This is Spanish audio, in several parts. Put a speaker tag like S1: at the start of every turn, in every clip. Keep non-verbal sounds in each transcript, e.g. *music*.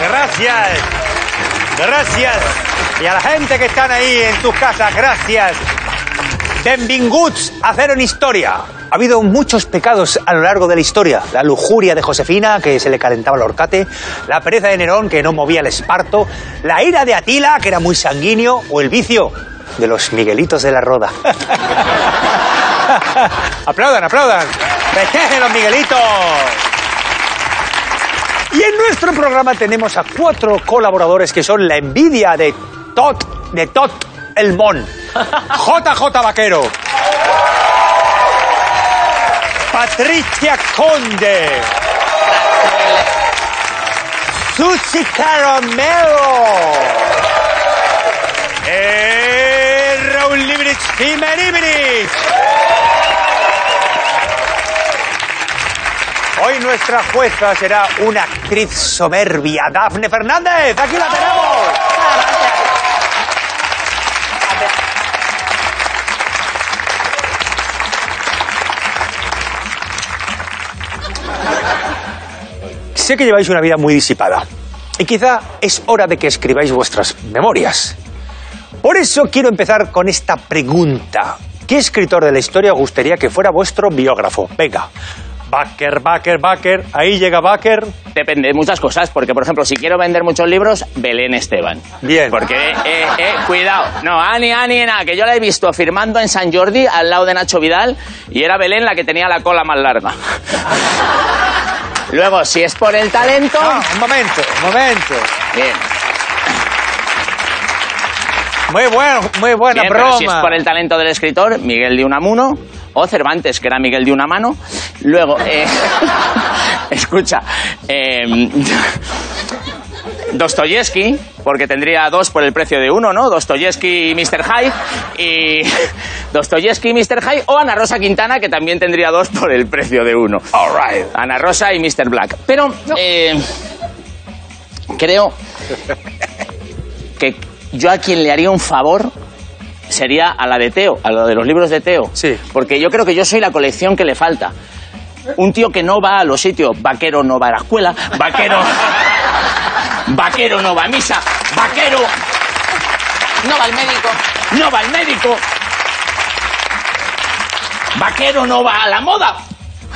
S1: Gracias. Gracias. Y a la gente que están ahí en tus casas, gracias. Benvinguts a Cero en Historia. Ha habido muchos pecados a lo largo de la historia. La lujuria de Josefina, que se le calentaba el horcate, la pereza de Nerón, que no movía el esparto, la ira de Atila, que era muy sanguíneo, o el vicio de los Miguelitos de la Roda. *laughs* aplaudan, aplaudan. Festejen los Miguelitos. Y en nuestro programa tenemos a cuatro colaboradores que son la envidia de Tot, de Tot el Mon. JJ Vaquero. Patricia Conde. Susi Caramelo. Eh, Raúl Librich Jimeníbrich. Hoy nuestra jueza será una actriz soberbia, Dafne Fernández. Aquí la tenemos. Sé que lleváis una vida muy disipada y quizá es hora de que escribáis vuestras memorias. Por eso quiero empezar con esta pregunta. ¿Qué escritor de la historia os gustaría que fuera vuestro biógrafo? Venga. Baker, Baker, Baker. Ahí llega Baker.
S2: Depende de muchas cosas, porque por ejemplo, si quiero vender muchos libros, Belén Esteban.
S1: Bien.
S2: Porque, eh, eh, eh, cuidado. No, Ani, Ani, nada, que yo la he visto firmando en San Jordi al lado de Nacho Vidal y era Belén la que tenía la cola más larga. *laughs* Luego, si es por el talento.
S1: Ah, un momento, un momento.
S2: Bien,
S1: Muy bueno, muy buena
S2: bien,
S1: broma.
S2: pero si es por el talento del escritor, Miguel de Unamuno o Cervantes, que era Miguel de Unamano. Luego, eh, *laughs* escucha, eh, Dostoyevsky, porque tendría dos por el precio de uno, ¿no? Dostoyevsky y Mr. Hyde. Y Dostoyevsky y Mr. Hyde o Ana Rosa Quintana, que también tendría dos por el precio de uno. Ana Rosa y Mr. Black. Pero eh, creo que yo a quien le haría un favor sería a la de Teo, a la de los libros de Teo.
S1: Sí.
S2: Porque yo creo que yo soy la colección que le falta. Un tío que no va a los sitios, vaquero no va a la escuela, vaquero. vaquero no va a misa, vaquero
S3: No va al médico.
S2: no va al médico. Vaquero no va a la moda.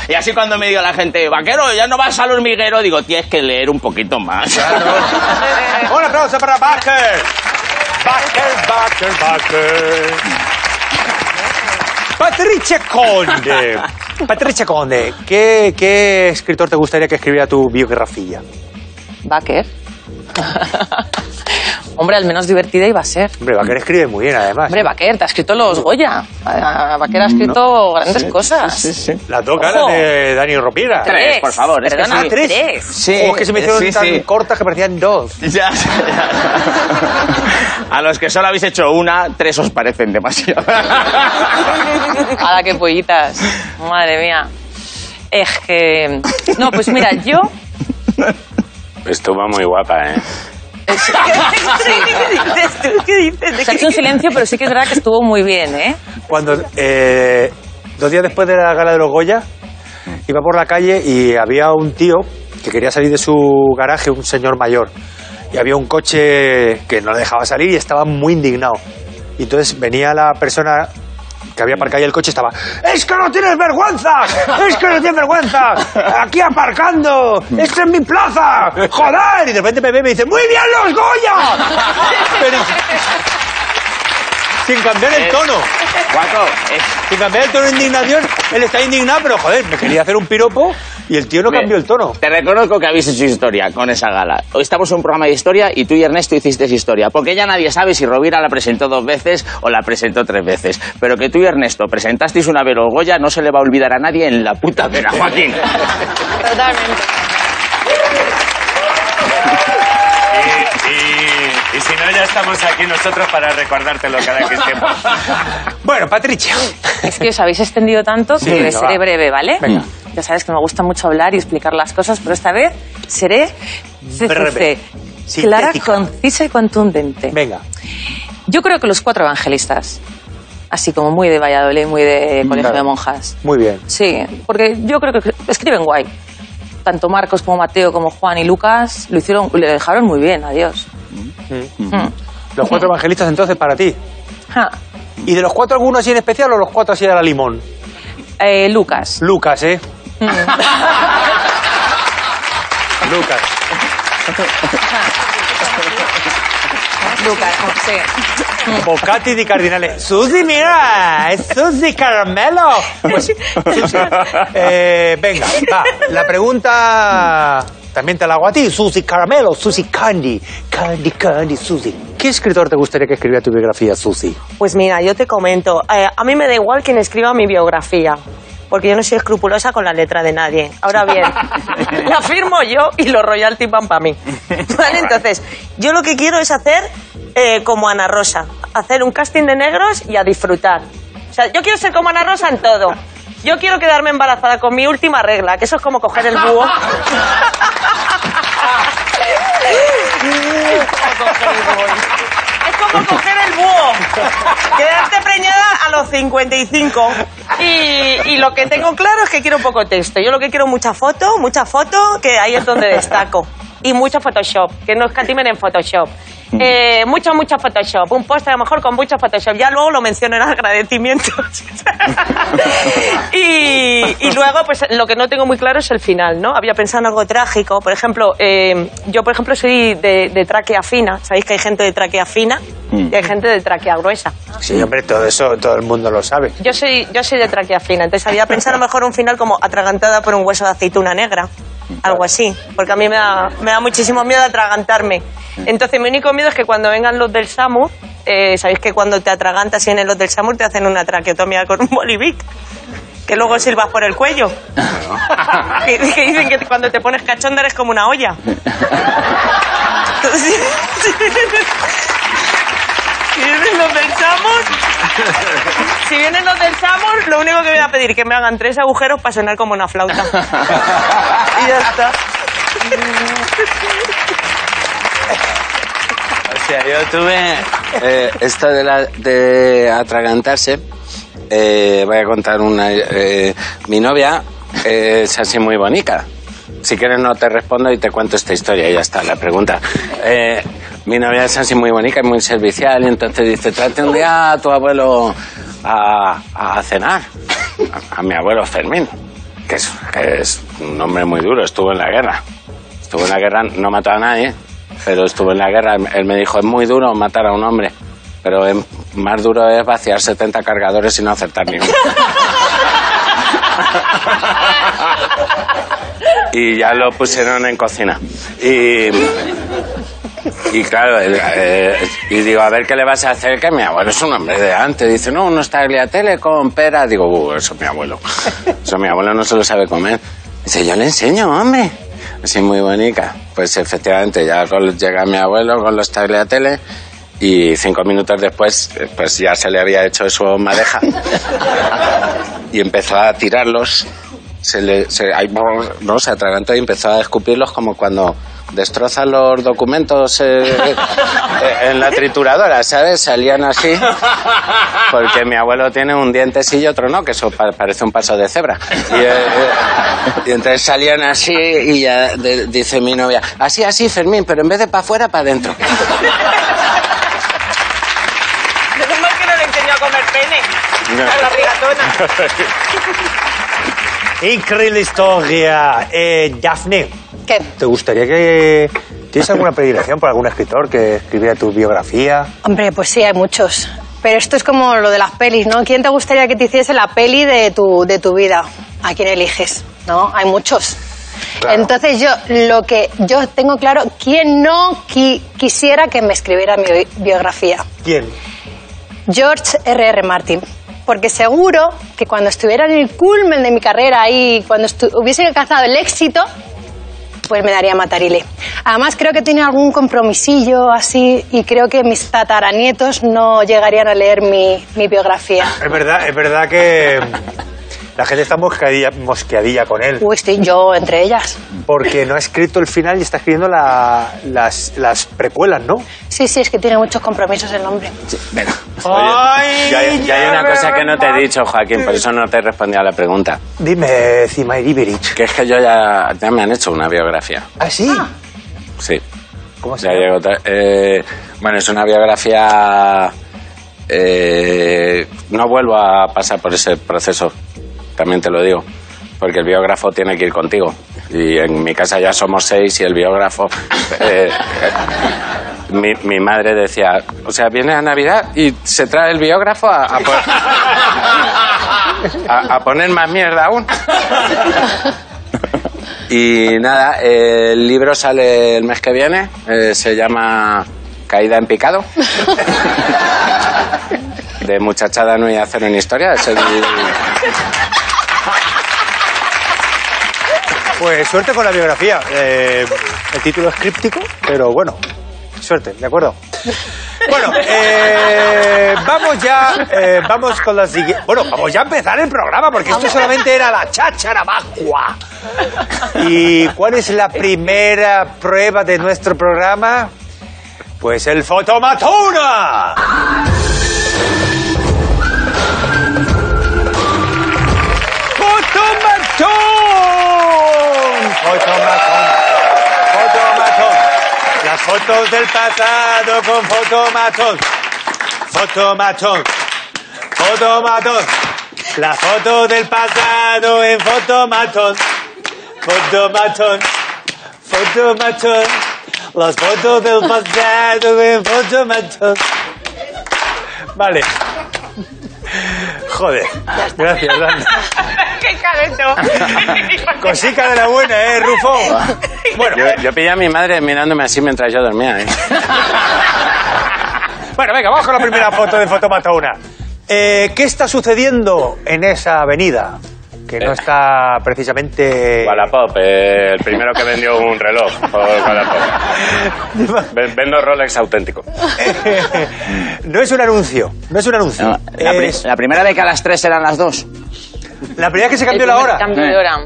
S2: Y así cuando me diga la gente, vaquero, ya no vas al hormiguero, digo, tienes que leer un poquito más. *laughs*
S1: Un aplauso para Baker. Baker, Baker, Baker. Patricia
S2: *laughs*
S1: Conde. Patricia Conde, ¿qué, qué escritor te gustaría que escribiera tu biografía?
S3: Baker. *laughs* Hombre, al menos divertida iba a ser.
S1: Hombre, Baker escribe muy bien, además.
S3: Hombre, Baker, te ha escrito los Goya. Ah, Baker ha escrito grandes cosas.
S1: Las dos galas
S3: Ojo.
S1: de Dani Ropira.
S2: Tres. por favor, es que
S3: Perdona,
S2: sí.
S1: ¿Tres?
S3: tres.
S2: Sí,
S1: Oh, es que se me hicieron
S2: Ah, sí,
S1: tan
S2: sí.
S1: cortas que parecían dos.
S2: *laughs* Ya, ya. A los que solo habéis hecho una, tres os parecen demasiado.
S3: *laughs* Ala, qué pollitas. Madre mía. Es que... No, pues mira,
S2: *laughs*
S3: yo...
S4: Estuvo muy guapa, *laughs* ¿eh?
S3: Se ha hecho un silencio, pero sí que es verdad que estuvo muy bien, ¿eh?
S1: Cuando eh, dos días después de la gala de los Goya, iba por la calle y había un tío que quería salir de su garaje, un señor mayor. Y había un coche que no le dejaba salir y estaba muy indignado. Y entonces venía la persona que había aparcado ahí el coche y estaba ¡Es que no tienes vergüenza! ¡Es que no tienes vergüenza! ¡Aquí aparcando! ¡Esta es mi plaza! ¡Joder! Y de repente me ve y me dice ¡Muy bien los Goya! *laughs* Pero sin cambiar el tono.
S2: Guaco, es-
S1: Sin cambiar el tono de indignación, él está indignado, pero joder, me quería hacer un piropo y el tío no cambió el tono.
S2: Te reconozco que habéis hecho historia con esa gala. Hoy estamos en un programa de historia y tú y Ernesto hicisteis historia. Porque ya nadie sabe si Rovira la presentó dos veces o la presentó tres veces. Pero que tú y Ernesto presentasteis una vez los Goya no se le va a olvidar a nadie en la puta vera, Joaquín.
S3: Totalmente.
S4: Y, y- y si no, ya estamos aquí nosotros para recordártelo cada que tiempo.
S1: Bueno, Patricia.
S3: Es que os habéis extendido tanto que
S1: venga,
S3: seré
S1: va.
S3: breve, ¿vale?
S1: Venga.
S3: Ya sabes que me gusta mucho hablar y explicar las cosas, pero esta vez seré CCC.
S1: Breve.
S3: Clara,
S1: Sintética.
S3: concisa y contundente.
S1: Venga.
S3: Yo creo que los cuatro evangelistas, así como muy de Valladolid, muy de Colegio de Monjas.
S1: Muy bien.
S3: Sí, porque yo creo que escriben guay. tanto Marcos como Mateo como Juan y Lucas lo hicieron, lo dejaron muy bien, adiós. Mm.
S1: Los cuatro evangelistas entonces para ti.
S3: Ja.
S1: ¿Y de los cuatro alguno así en especial o los cuatro así a la limón?
S3: Eh, Lucas.
S1: Lucas, ¿eh?
S3: Mm.
S1: Lucas.
S3: Lucas, sí.
S1: Bocati di Cardinale. Susi, mira, es Susi Carmelo. Pues, Susi, eh, venga, va. La pregunta también te la hago a ti. Susi Caramelo, Susi Candy. Candy, Candy, Susi. ¿Qué escritor te gustaría que escribiera tu biografía, Susi?
S5: Pues mira, yo te comento, eh, a mí me da igual quien escriba mi biografía, porque yo no soy escrupulosa con la letra de nadie. Ahora bien, la firmo yo y los royalty van para mí. ¿Vale? Entonces, yo lo que quiero es hacer eh, como Ana Rosa, hacer un casting de negros y a disfrutar. O sea, yo quiero ser como Ana Rosa en todo. Yo quiero quedarme embarazada con mi última regla, que eso es como coger el búho. *laughs* Es como coger el búho. Quedarte preñada a los 55. Y, y lo que tengo claro es que quiero poco texto. Yo lo que quiero es mucha foto, mucha foto, que ahí es donde destaco. Y mucho Photoshop, que no escatimen en Photoshop. Eh, mucho, mucho Photoshop. Un póster a lo mejor con mucho Photoshop. Ya luego lo menciono en agradecimientos. *laughs* y, y luego, pues lo que no tengo muy claro es el final, ¿no? Había pensado en algo trágico. Por ejemplo, eh, yo, por ejemplo, soy de, de tráquea fina. ¿Sabéis que hay gente de tráquea fina y hay gente de tráquea gruesa?
S1: Sí, hombre, todo eso todo el mundo lo sabe.
S5: Yo soy, yo soy de tráquea fina, entonces había pensado a lo mejor un final como atragantada por un hueso de aceituna negra, algo así, porque a mí me da, me da muchísimo miedo atragantarme. Entonces mi único miedo es que cuando vengan los del SAMUR, eh, sabéis que cuando te atragantas y en los del SAMUR te hacen una traqueotomía con un bolivic, que luego silbas por el cuello. que, que dicen que cuando te pones cachonda eres como una olla. *laughs* Entonces, si vienen los del Samur, si vienen los del Samur, lo único que voy a pedir es que me hagan tres agujeros para sonar como una flauta.
S1: *laughs*
S5: y ya está.
S6: O sea, yo tuve eh, esto de, la- de atragantarse. eh, voy a contar una. eh, mi novia eh, es así muy bonita. Si quieres no te respondo y te cuento esta historia. Ya está, la pregunta. Eh, mi novia es así muy bonita y muy servicial. Y entonces dice, trate un día a tu abuelo a, a cenar. A, a mi abuelo Fermín, que es, que es un hombre muy duro. Estuvo en la guerra. Estuvo en la guerra, no mató a nadie, pero estuvo en la guerra. Él me dijo, es muy duro matar a un hombre, pero es- más duro es vaciar 70 cargadores y no acertar ni uno. y ya lo pusieron en cocina. Y, y claro, el- eh, y digo, a ver qué le vas a hacer, que mi abuelo es un hombre de antes. Dice, no, unos tagliatelle con pera. Digo, "Uh, eso mi abuelo. Eso mi abuelo no se lo sabe comer. Dice, yo le enseño, hombre. Así muy bonita. Pues efectivamente, ya con- llega mi abuelo con los tagliatelle y cinco minutos después, eh, pues ya se le había hecho su madeja y empezó a tirarlos. Se le, se, ahí, brr, ¿no? se atragantó y empezó a escupirlos como cuando destrozan los documentos eh, eh, en la trituradora, ¿sabes? Salían así. Porque mi abuelo tiene un diente sí y otro no, que eso pa- parece un paso de cebra. Y, eh, eh, y entonces salían así y ya de- dice mi novia, así, así, Fermín, pero en vez de para afuera, para adentro.
S5: Menos mal que no le enseñó a comer pene. A la rigatona.
S1: Increíble historia. Eh, Daphne,
S7: ¿Qué?
S1: ¿te gustaría que... ¿Tienes alguna predilección por algún escritor que escribiera tu biografía?
S7: Hombre, pues sí, hay muchos. Pero esto es como lo de las pelis, ¿no? ¿Quién te gustaría que te hiciese la peli de tu, de tu vida? ¿A quién eliges? ¿No? Hay muchos.
S1: Claro.
S7: Entonces yo lo que yo tengo claro, ¿quién no qui- quisiera que me escribiera mi bi- biografía?
S1: ¿Quién?
S7: George R.R. Martin. Porque seguro que cuando estuviera en el culmen de mi carrera y cuando estu- hubiese alcanzado el éxito, pues me daría matarile. Además, creo que tiene algún compromisillo así y creo que mis tataranietos no llegarían a leer mi, mi biografía.
S1: Es verdad, es verdad que La gente está mosqueadilla, mosqueadilla con él.
S7: Uy, estoy yo entre ellas.
S1: Porque no ha escrito el final y está escribiendo la- las, las precuelas, ¿no?
S7: Sí, sí, es que tiene muchos compromisos el hombre.
S6: Oye, yo, hay- yo hay una cosa que no te he dicho, Joaquín, por eso no te he respondido a la pregunta.
S1: Dime, Cima Iberich.
S6: Que es que yo ya, ya me han hecho una biografía.
S1: ¿Ah, sí?
S6: Sí.
S1: ¿Cómo se
S6: Ya
S1: llama?
S6: llego otra- eh, bueno, es una biografía. eh, no vuelvo a pasar por ese proceso, también te lo digo. Porque el biógrafo tiene que ir contigo. Y en mi casa ya somos seis y el biógrafo. *laughs* eh, eh, mi, mi madre decía: O sea, viene a Navidad y se trae el biógrafo a, a po- *laughs* a- a poner más mierda aún. Y nada, eh, el libro sale el mes que viene, eh, se llama Caída en *laughs* picado. De muchachada no y hacer una historia. es el-
S1: Pues suerte con la biografía. Eh, el título es críptico, pero bueno, suerte, ¿de acuerdo? Bueno, eh, vamos ya, eh, vamos con la siguiente. Bueno, vamos ya a empezar el programa, porque esto solamente era la cháchara vacua. ¿Y cuál es la primera prueba de nuestro programa? Pues el fotomatona. ¡Fotomatón! ¡Fotomatón! ¡Fotomatón! Las fotos del pasado con fotomatón. ¡Fotomatón! ¡Fotomatón! Las fotos del pasado en fotomatón. ¡Fotomatón! ¡Fotomatón! Las fotos del pasado en fotomatón. Vale. Joder. Gracias, Dani.
S5: *laughs* ¡Qué calento!
S1: *laughs* Cosica de la buena, ¿eh, Rufo?
S5: *laughs*
S1: Bueno,
S6: Yo, yo pillé a mi madre mirándome así mientras yo dormía. ¿eh?
S1: bueno, venga, vamos con la primera foto de Fotomatona. Eh, ¿Qué está sucediendo en esa avenida? Que no está precisamente...
S6: Wallapop, eh, el primero que vendió un reloj por Wallapop. Ven- Vendo Rolex auténtico.
S1: *laughs* no es un anuncio, no es un anuncio.
S2: No, la, pri-
S1: Es
S2: la primera vez que a las tres eran las dos.
S1: la primera que se cambió
S3: El
S1: la
S3: primer
S1: hora.
S3: Cambio de
S2: Eh.
S3: hora.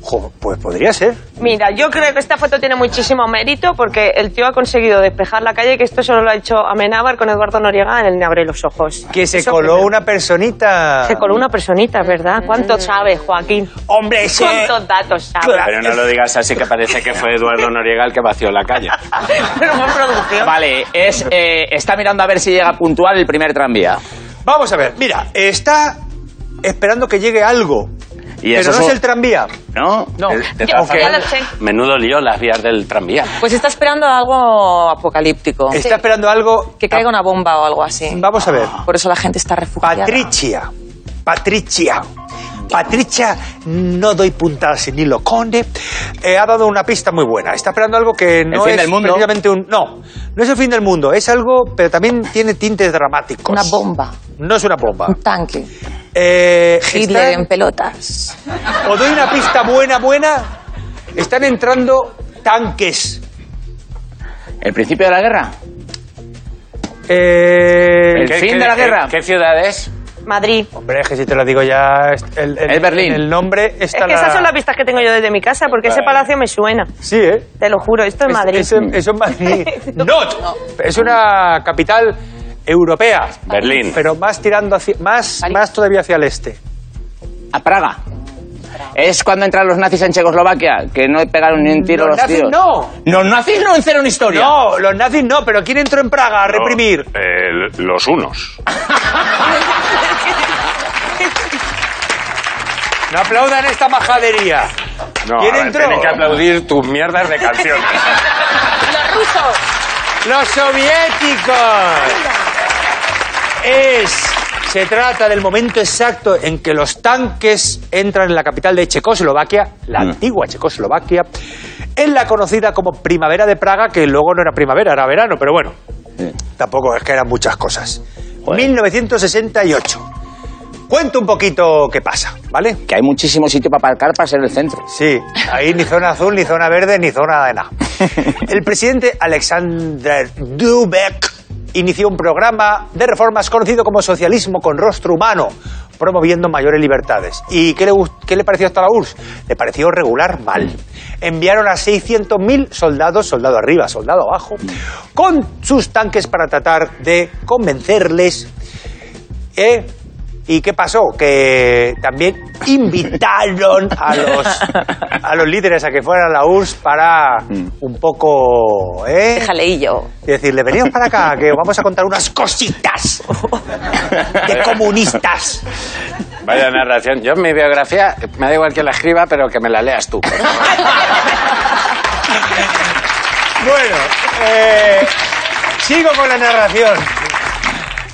S1: Jo, pues podría ser.
S5: Mira, yo creo que esta foto tiene muchísimo mérito porque el tío ha conseguido despejar la calle, que esto solo lo ha hecho Amenábar con Eduardo Noriega en el Me abre los ojos.
S1: Que se
S5: Eso
S1: coló
S5: primero.
S1: una personita.
S5: Se coló una personita, ¿verdad? ¿Cuánto sabes, Joaquín?
S1: Hombre, ese...
S5: ¿Cuántos datos sabes?
S1: Claro.
S6: Pero no lo digas así que parece que fue Eduardo Noriega el que vació la calle.
S5: Pero fue producción.
S2: Vale, es, eh, está mirando a ver si llega puntual el primer tranvía.
S1: Vamos a ver, mira, está esperando que llegue algo.
S2: Y
S1: pero
S2: eso
S1: no
S2: es
S1: es
S2: un-
S1: el tranvía.
S2: ¿No?
S1: No.
S6: De
S3: Yo-
S6: todas
S3: ya
S6: formas,
S3: lo sé.
S6: Menudo lío las vías del tranvía.
S3: Pues está esperando algo apocalíptico.
S1: Está esperando algo...
S3: Que caiga Ah, una bomba o algo así.
S1: Vamos a ver.
S3: Por eso la gente está refugiada.
S1: Patricia. Patricia. Patricia, no doy puntadas sin hilo conde. eh, ha dado una pista muy buena. Está esperando algo que no
S2: fin
S1: es
S2: del mundo.
S1: precisamente un. No, no es el fin del mundo. Es algo, pero también tiene tintes dramáticos.
S3: Una bomba.
S1: No es una
S3: *laughs*
S1: bomba.
S3: Un tanque.
S1: Eh,
S3: Hitler
S1: están-
S3: en pelotas.
S1: Os doy una pista buena, buena. Están entrando tanques.
S2: ¿El principio de la guerra?
S1: Eh,
S2: ¿El
S6: ¿Qué-
S2: fin de
S6: qué-
S2: la
S6: qué-
S2: guerra?
S6: ¿Qué ciudad es?
S5: Madrid.
S1: Hombre, es que si te lo digo ya. es- El, el-
S2: Es Berlín.
S1: El nombre
S5: Es
S1: está
S5: que
S1: la-
S5: esas son las pistas que tengo yo desde mi casa, porque ese palacio me suena.
S1: Sí, ¿eh?
S5: Te lo juro, esto es
S1: Es-
S5: Madrid.
S1: Eso, eso es Madrid.
S5: *laughs*
S1: Not. Es una capital europea,
S6: Berlín.
S1: pero más tirando hacia, más,
S3: París.
S1: más todavía hacia el este.
S2: A Praga. Es cuando entran los nazis en Checoslovaquia, que no pegaron ni un tiro
S1: Los
S2: los,
S1: nazis
S2: tíos.
S1: no.
S2: Los nazis no hicieron historia.
S1: No, los nazis no, pero ¿quién entró en Praga a reprimir?
S6: los unos.
S1: No aplaudan esta majadería.
S6: No,
S1: ¿Quién
S6: a ver,
S1: entró?
S6: tienen que aplaudir tus mierdas de canciones.
S1: Los soviéticos. Es. Se trata del momento exacto en que los tanques entran en la capital de Checoslovaquia, la antigua Checoslovaquia, en la conocida como Primavera de Praga, que luego no era primavera, era verano, pero bueno, tampoco es que eran muchas cosas. 1968. Cuento un poquito qué pasa, ¿vale?
S2: Que hay muchísimo sitio para aparcar para ser el centro.
S1: Sí, ahí ni zona azul, ni zona verde, ni zona de nada. El presidente Alexander Dubek inició un programa de reformas conocido como socialismo con rostro humano, promoviendo mayores libertades. ¿Y qué le, gust- qué le pareció hasta la URSS? Le pareció regular mal. Enviaron a 600.000 soldados, soldado arriba, soldado abajo, con sus tanques para tratar de convencerles ¿Eh? ¿Y qué pasó? Que también invitaron a los, *laughs* a los líderes a que fueran a la URSS para un poco... ¿eh?
S3: Déjale y yo.
S1: Y decirle, veníos para acá, que os vamos a contar unas *laughs* cositas de comunistas.
S6: Vaya narración. Yo en mi biografía me da igual que la escriba, pero que me la leas tú.
S1: Bueno, eh, sigo con la narración.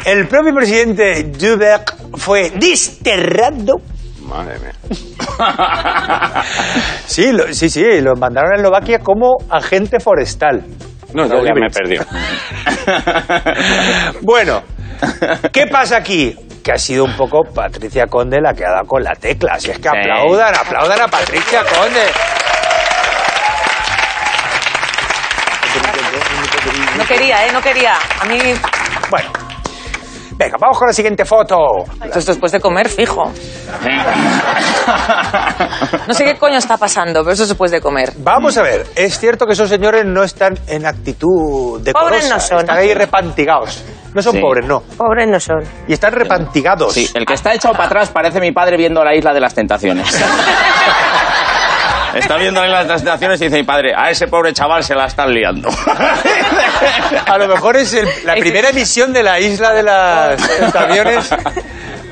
S1: El propio presidente Duberg fue desterrado
S6: Madre mía.
S2: *laughs*
S1: *laughs* Sí, lo- sí, sí, los mandaron a Eslovaquia como agente forestal.
S6: No, yo ya me he perdido.
S1: *laughs* Bueno, ¿qué pasa aquí? Que ha sido un poco Patricia Conde la que ha dado con la tecla. Si es que
S2: Sí.
S1: aplaudan, aplaudan a Patricia Conde.
S5: No quería, ¿eh? No quería.
S3: A mí,
S1: Bueno, venga, vamos con la siguiente foto.
S5: Entonces, pues después de comer, fijo. No sé qué coño está pasando, pero eso es después de comer.
S1: Vamos a ver, es cierto que esos señores no están en actitud decorosa.
S5: Pobres no son.
S1: Están ahí repantigados. No son
S2: Sí.
S1: pobres, no.
S5: Pobres no son.
S1: Y están repantigados.
S2: Sí, el que está echado para atrás parece mi padre viendo la isla de las tentaciones.
S1: *laughs*
S2: Está viendo la isla de las tentaciones y dice mi padre, a ese pobre chaval se la están liando.
S1: A lo mejor es el- la primera emisión de la isla de las tentaciones.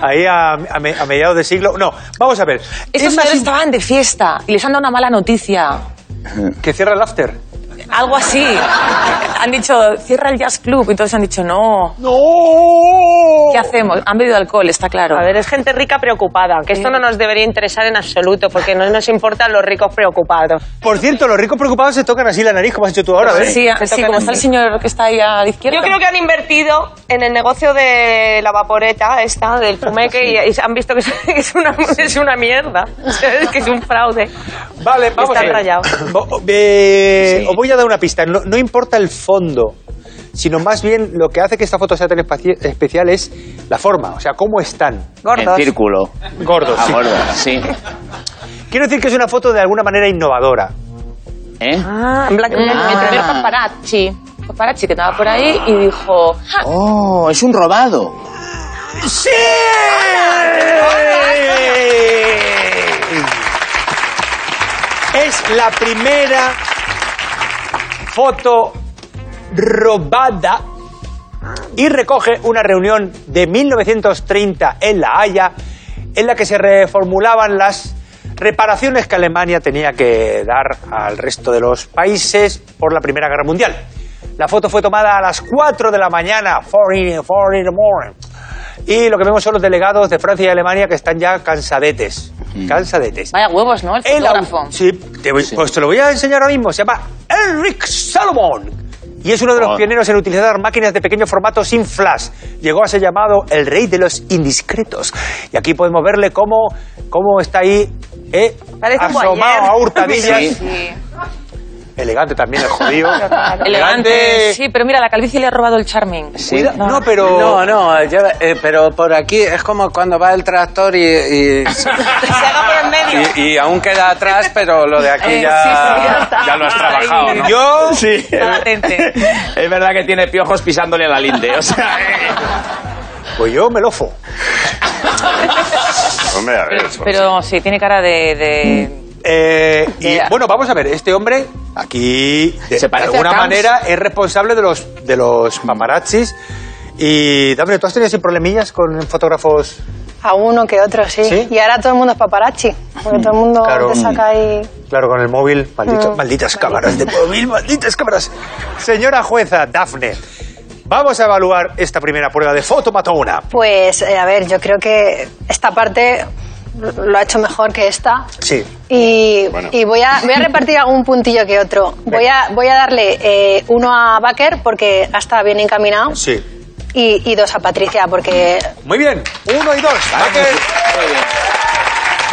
S1: Ahí a, a me- a mediados de siglo. No, vamos a ver.
S5: Estos
S1: Es más
S5: señores
S1: in-
S5: estaban de fiesta y les han dado una mala noticia.
S1: que cierra el after.
S5: Algo así. Han dicho, cierra el jazz club y todos han dicho, no. ¿Qué hacemos? Han bebido alcohol, está claro.
S8: A ver, es gente rica preocupada, que esto no nos debería interesar en absoluto, porque no nos importan los ricos preocupados.
S1: Por cierto, los ricos preocupados se tocan así la nariz, como has hecho tú ahora, ¿ves?
S5: Sí, sí, como está el señor que está ahí a la izquierda.
S8: Yo creo que han invertido en el negocio de la vaporeta esta, del fumeque, y, y han visto que *laughs* es- que es una, es una mierda, *laughs* ¿sabes? que es un fraude.
S1: Vale, vamos
S8: Está
S1: a ver.
S8: rayado.
S1: Bo- eh, Os voy a dar una pista. No, no importa el fondo, sino más bien lo que hace que esta foto sea tan espaci- especial es la forma. O sea, cómo están.
S2: En círculo.
S1: Gordos.
S2: Ah,
S1: sí.
S2: gordo, sí.
S1: Quiero decir que es una foto de alguna manera innovadora.
S2: ¿Eh?
S5: Ah, en blanco y negro.
S3: el primer paparazzi. Paparazzi que estaba por ahí y dijo. "Ah, "Ja,
S2: Oh, es un robado.
S1: ¡Sí! Es la primera foto robada y recoge una reunión de 1930 en La Haya en la que se reformulaban las reparaciones que Alemania tenía que dar al resto de los países por la Primera Guerra Mundial. La foto fue tomada a las 4 de la mañana, 4 in, 4 in the morning. Y lo que vemos son los delegados de Francia y Alemania que están ya cansadetes. Cansadetes.
S3: Vaya huevos, ¿no? El
S1: El au-
S3: fotógrafo.
S1: Sí, te voy- pues te lo voy a enseñar ahora mismo. Se llama Eric Salomon. Y es uno de los
S2: Joder.
S1: pioneros en utilizar máquinas de pequeño formato sin flash. Llegó a ser llamado el rey de los indiscretos. Y aquí podemos verle cómo, cómo está ahí eh,
S5: Parece un
S1: asomado
S5: voyeur.
S1: a hurtadillas.
S2: Sí.
S1: Elegante también el jodido.
S5: Elegante. Sí, pero mira, la calvicie le ha robado
S3: *laughs*
S5: el charming.
S2: Sí.
S1: Cuida- No, pero...
S6: No, no, yo, eh, pero por aquí es como cuando va el tractor y, y,
S5: *laughs* Se haga por en medio.
S6: y- y aún queda atrás, pero lo de aquí
S5: Eh,
S6: ya,
S5: sí, sí, ya está.
S6: ya lo has trabajado, ¿no?
S1: Yo...
S2: Sí.
S1: *laughs*
S5: latente.
S2: Es verdad que tiene piojos pisándole la linde, o sea, eh.
S1: Pues yo me lofo.
S6: Hombre, a ver, eso.
S3: Pero sí, tiene cara de. de-
S1: Eh, y
S3: Mira.
S1: bueno, vamos a ver, este hombre aquí de,
S2: Se
S1: de
S2: parece
S1: alguna
S2: a Camps.
S1: manera es responsable de los, de los paparazzis. Y también, ¿tú has tenido así problemillas con fotógrafos?
S7: A uno que otro, sí.
S1: ¿Sí?
S7: Y ahora todo el mundo es paparazzi, porque todo el mundo
S1: Claro.
S7: te saca ahí...
S1: Claro, con el móvil. Maldito- Malditas cámaras de móvil, malditas cámaras. Señora jueza Dafne, vamos a evaluar esta primera prueba de fotomatona.
S7: Pues, eh, a ver, yo creo que esta parte lo ha hecho mejor que esta.
S1: Sí.
S7: Y,
S6: Bueno.
S7: y voy, a, voy a repartir algún puntillo que otro. Voy a, voy a darle eh, uno a Baker porque ha estado bien encaminado
S1: Sí.
S7: y, y dos a Patricia porque
S1: Muy bien, uno y dos. Raquel.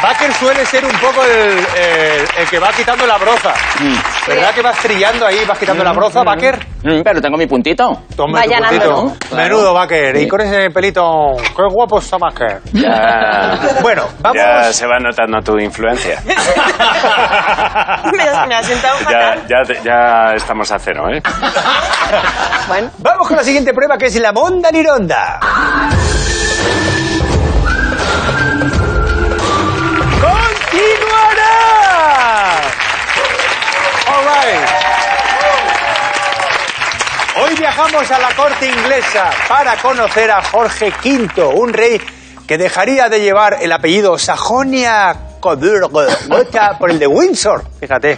S1: Baker suele ser un poco el, el- el que va quitando la broza. ¿Verdad que vas trillando ahí, vas quitando la broza, Baker?
S2: Mm, Pero tengo mi puntito.
S1: Toma
S7: Va
S1: tu
S7: allanándolo.
S1: puntito. Menudo, Baker. Y con ese pelito, qué guapo está Baker.
S6: Ya,
S1: *laughs* Bueno, vamos.
S6: ya se va notando tu
S4: *laughs*
S6: influencia.
S5: me, ha- me ha sentado fatal.
S6: Ya, ya, te- ya estamos a cero, ¿eh?
S1: Vamos con la siguiente prueba que es la Monda Nironda. ¡Continuará! All right. Hoy viajamos a la corte inglesa para conocer a Jorge V, un rey que dejaría de llevar el apellido Sajonia Coburg-Gotha por el de Windsor. Fíjate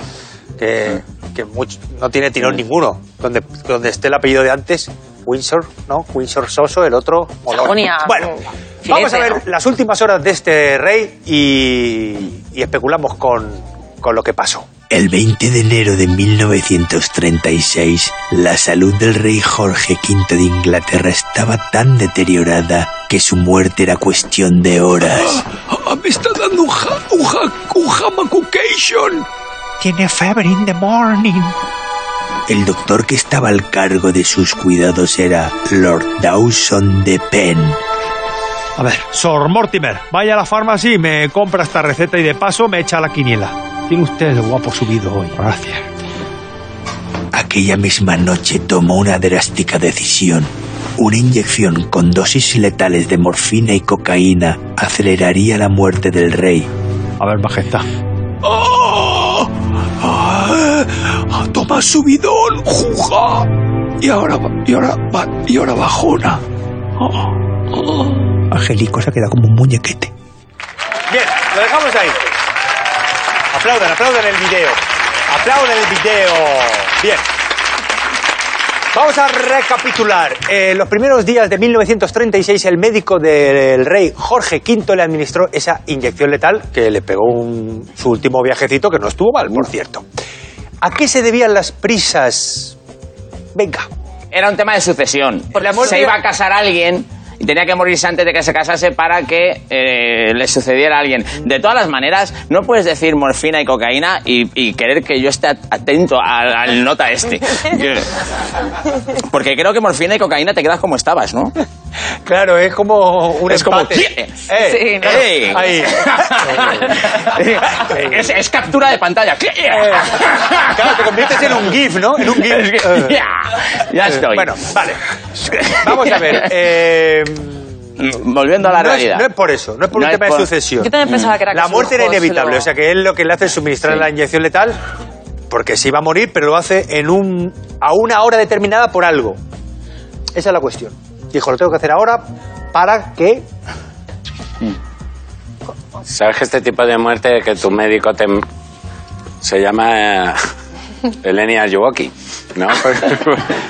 S1: que, que much- no tiene tirón ninguno. Donde, donde esté el apellido de antes, Windsor, ¿no? Windsor Soso, el otro Molón.
S5: Sajonia.
S1: Bueno,
S5: Filete,
S1: vamos a ver
S5: ¿no?
S1: las últimas horas de este rey y, y especulamos con, con lo que pasó.
S9: El 20 de enero de 1936, la salud del rey Jorge V de Inglaterra estaba tan deteriorada que su muerte era cuestión de horas.
S10: Ah, Me está dando un, ja, un, ja, un jamacucation.
S9: Tiene fiebre in the morning. El doctor que estaba al cargo de sus cuidados era Lord Dawson de Penn.
S1: A ver, Sor Mortimer, vaya a la farmacia y me compra esta receta y de paso me echa la quiniela. Tiene usted el guapo subido hoy. Gracias.
S9: Aquella misma noche tomó una drástica decisión. Una inyección con dosis letales de morfina y cocaína aceleraría la muerte del rey.
S1: A ver, majestad.
S10: ¡Oh! ¡Ah! Toma subidón, juja. Y ahora, ba- y ahora, ba- y ahora bajona. Oh, oh.
S9: Angelico se ha quedado como un muñequete.
S1: Bien, lo dejamos ahí. Aplaudan, aplaudan el video. Aplaudan el video. Bien. Vamos a recapitular. En los primeros días de 1936, el médico del rey Jorge V le administró esa inyección letal que le pegó un- su último viajecito, que no estuvo mal, por cierto. ¿A qué se debían las prisas? Venga.
S2: Era un tema de sucesión.
S1: Por la muerte-
S2: Se iba a casar alguien y tenía que morirse antes de que se casase para que eh, le sucediera a alguien. De todas las maneras, no puedes decir morfina y cocaína y, y querer que yo esté at- atento al, al nota este. *laughs* Porque creo que morfina y cocaína te quedas como estabas, ¿no?
S1: Claro, es como un
S2: Es como,
S1: empate.
S2: "Sí".
S1: Eh,
S2: Sí, ¿no?
S1: eh,
S2: *laughs*
S1: *laughs* ahí.
S2: es, es captura de pantalla. *laughs*
S1: Eh, Claro, te conviertes en un GIF, ¿no? En un
S2: *laughs*
S1: GIF. Eh,
S2: Ya, ya estoy.
S1: Bueno, vale. Vamos a
S2: *laughs*
S1: ver. eh,
S2: Mm, Volviendo a la
S1: no, es,
S2: realidad.
S1: no es por eso, no es por
S2: No
S1: un
S2: es
S1: tema de
S2: por-
S1: sucesión.
S3: Yo también pensaba que era
S1: La
S3: que su
S1: muerte era
S3: hijo se
S1: inevitable,
S3: lo-
S1: o sea que él lo que le hace es suministrar la inyección letal porque se iba a morir, pero lo hace en un, a una hora determinada por algo. Esa es la cuestión. Dijo, lo tengo que hacer ahora para que...
S6: ¿Sabes que este tipo de muerte que tu médico te... se llama eh, Elenia Yuoki?
S1: *laughs*
S6: ¿No?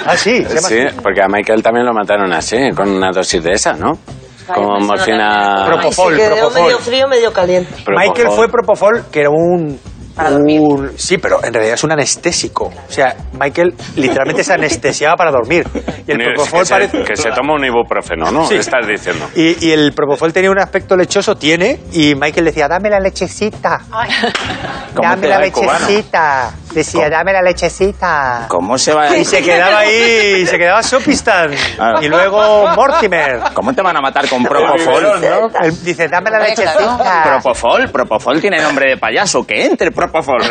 S1: Ah, sí, se llama
S6: Sí,
S1: así.
S6: porque a Michael también lo mataron así, con una dosis de esa, ¿no? Como
S2: Ah.
S5: Ay, pues,
S6: morfina...
S5: no, no, no. Ay,
S1: Propofol,
S5: se quedó
S1: propofol.
S5: medio frío, medio caliente.
S1: Michael
S6: Propofol.
S1: fue Propofol, que era un... un- sí, pero en realidad es un anestésico. O sea, Michael literalmente se anestesiaba para dormir. Y el
S6: Un-
S1: Propofol
S6: que, se,
S1: parece...
S6: que se toma un ibuprofeno, ¿no?
S1: Sí.
S6: Estás diciendo.
S1: Y, y el Propofol tenía un aspecto lechoso, tiene, y Michael decía, dame la lechecita. *laughs*
S2: ¿Cómo
S1: Dame
S2: te
S1: la
S2: va el cubano?
S1: lechecita. Decía, dame la lechecita.
S2: ¿Cómo se va?
S1: Y se quedaba ahí, y se quedaba Sopistan.
S6: Ah.
S1: Y luego Mortimer.
S2: ¿Cómo te van a matar
S1: *laughs*
S2: con Propofol?
S1: Él dice, dame la
S3: Hombre, claro.
S1: lechecita.
S2: Propofol, Propofol tiene nombre de payaso. Que entre Propofol.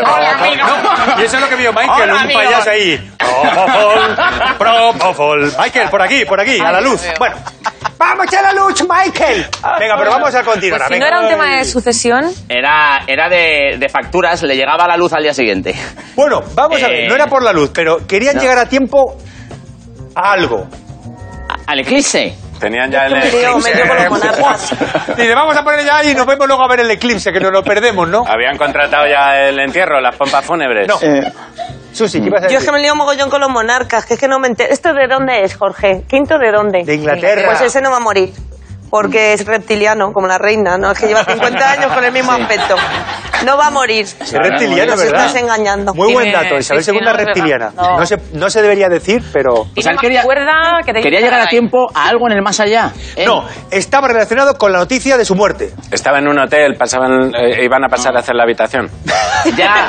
S1: Y eso es lo que vio Michael,
S2: Hola,
S1: un
S2: amigo.
S1: payaso ahí. Propofol, propofol. Michael, por aquí, por aquí, a la luz. Bueno, vamos a la luz, Michael. Venga, pero vamos a continuar.
S3: Pues si
S1: venga. Pues
S3: no era un tema de sucesión,
S2: Era, era de, de facturas, le llegaba la luz al día siguiente.
S1: Bueno, vamos a ver,
S2: Eh.
S1: no era por la luz, pero querían
S2: No.
S1: llegar a tiempo a algo.
S2: A- Al eclipse.
S6: Tenían ya el...
S5: Creo,
S6: eclipse.
S5: me dio con los monarcas.
S1: *laughs* Dice, vamos a poner ya ahí y nos vemos luego a ver el eclipse, que nos lo perdemos, ¿no?
S6: Habían contratado ya el entierro, las pompas fúnebres.
S1: No. Susi, ¿qué ibas a
S5: Yo es que
S1: decir?
S5: me lío mogollón con los monarcas, que es que no me entero. ¿Esto de dónde es, Jorge? ¿Quinto de dónde?
S1: De Inglaterra.
S5: Pues ese no va a morir. Porque es reptiliano, como la reina, ¿no? Es que lleva 50 años con el mismo aspecto. No va a morir.
S1: Es reptiliana,
S5: Nos
S1: ¿verdad?
S5: estás engañando.
S1: Muy buen dato, Isabel II es reptiliana. No. se, no se debería decir, pero...
S2: O sea, él quería,
S3: que
S2: quería llegar a tiempo a algo en el más allá. ¿eh?
S1: No, estaba relacionado con la noticia de su muerte.
S6: Estaba en un hotel, pasaban, eh, iban a pasar a hacer la habitación.
S2: Ya,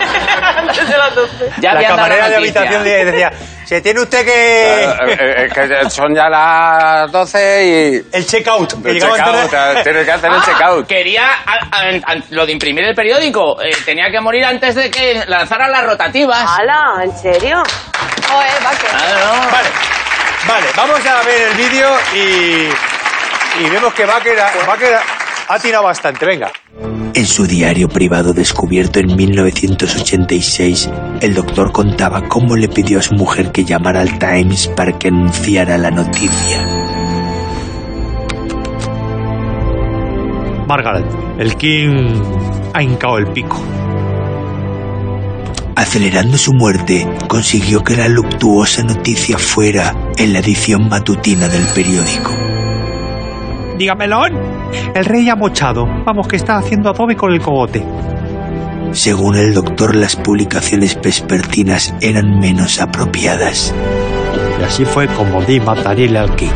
S2: ya
S1: la
S2: habían dado
S1: camarera
S2: la
S1: de
S2: noticia.
S1: habitación le decía, se tiene usted que...
S6: Eh, eh, que son ya las 12 y...
S1: El check-out. que
S6: El
S1: llegaba
S6: check-out,
S1: tarde.
S6: eh, tienes que hacer el
S2: Ah,
S6: check-out.
S2: Quería a- a- a- lo de imprimir el periódico. eh, tenía que morir antes de que lanzaran las rotativas.
S5: ¡Hala! ¿En serio?
S7: Joder, va que-
S2: Ah, no.
S1: Vale, vale, vamos a ver el vídeo y, y vemos que Baker, ha- Baker ha- ha tirado bastante, venga.
S9: En su diario privado descubierto en 1986, el doctor contaba cómo le pidió a su mujer que llamara al Times para que anunciara la noticia.
S11: Margaret, el King ha hincado el pico.
S9: Acelerando su muerte, consiguió que la luctuosa noticia fuera en la edición matutina del periódico.
S11: Dígamelo. ¿eh? El rey ha mochado. Vamos, que está haciendo adobe con el cogote.
S9: Según el doctor, las publicaciones vespertinas eran menos apropiadas.
S11: Y así fue como di matarile al King.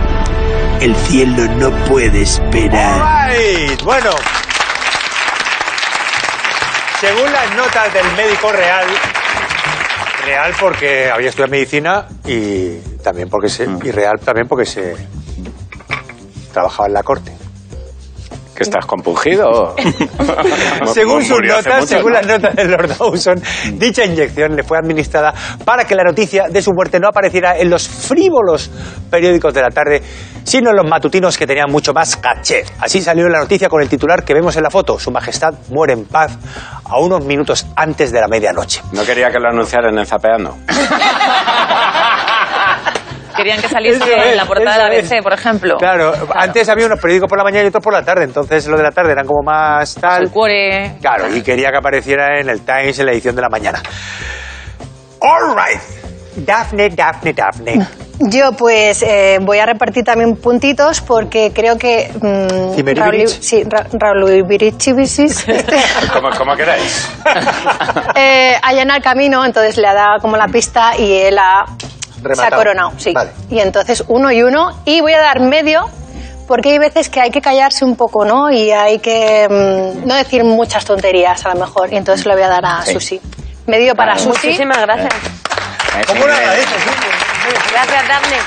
S9: El cielo no puede esperar.
S1: Right, Bueno, según las notas del médico real, real porque había estudiado medicina y también porque se,
S6: Mm.
S1: y real también porque se trabajaba en la corte.
S6: Que estás compungido.
S1: según sus
S6: Murió hace
S1: notas,
S6: mucho,
S1: según
S6: ¿no?
S1: las notas de Lord Dawson, dicha inyección le fue administrada para que la noticia de su muerte no apareciera en los frívolos periódicos de la tarde, sino en los matutinos que tenían mucho más caché. Así salió la noticia con el titular que vemos en la foto. Su Majestad muere en paz a unos minutos antes de la medianoche.
S6: No quería que lo anunciaran en Zapeando.
S3: Querían que saliese
S1: *laughs* Eso es,
S3: en la portada de la
S1: eso
S3: ABC,
S1: es.
S3: por ejemplo.
S1: Claro, antes había unos periódicos por la mañana y otros por la tarde, entonces lo de la tarde eran como más tal.
S3: El cuore.
S1: Claro, y quería que apareciera en el Times en la edición de la mañana. All right. Daphne, Daphne, *laughs* Daphne.
S7: Yo pues eh, voy a repartir también puntitos porque creo que... mm,
S1: Zimmer y
S7: Raúl I-
S1: Birich.
S7: Sí, Ra- Raúl
S1: *laughs*
S7: Ibirich *laughs* este,
S6: Como, como queráis.
S7: *laughs* eh, allana el camino, entonces le ha dado como la pista y él ha, se ha
S1: Rematado.
S7: coronado. Sí.
S1: Vale.
S7: Y entonces uno y uno. Y voy a dar medio porque hay veces que hay que callarse un poco, ¿no? Y hay que mm, no decir muchas tonterías a lo mejor. Y entonces le voy a dar a
S2: Sí.
S7: Susi. Medio para
S2: Claro.
S7: Susi.
S5: Muchísimas gracias.
S1: ¿Cómo lo agradeces?
S5: Gracias, Daphne.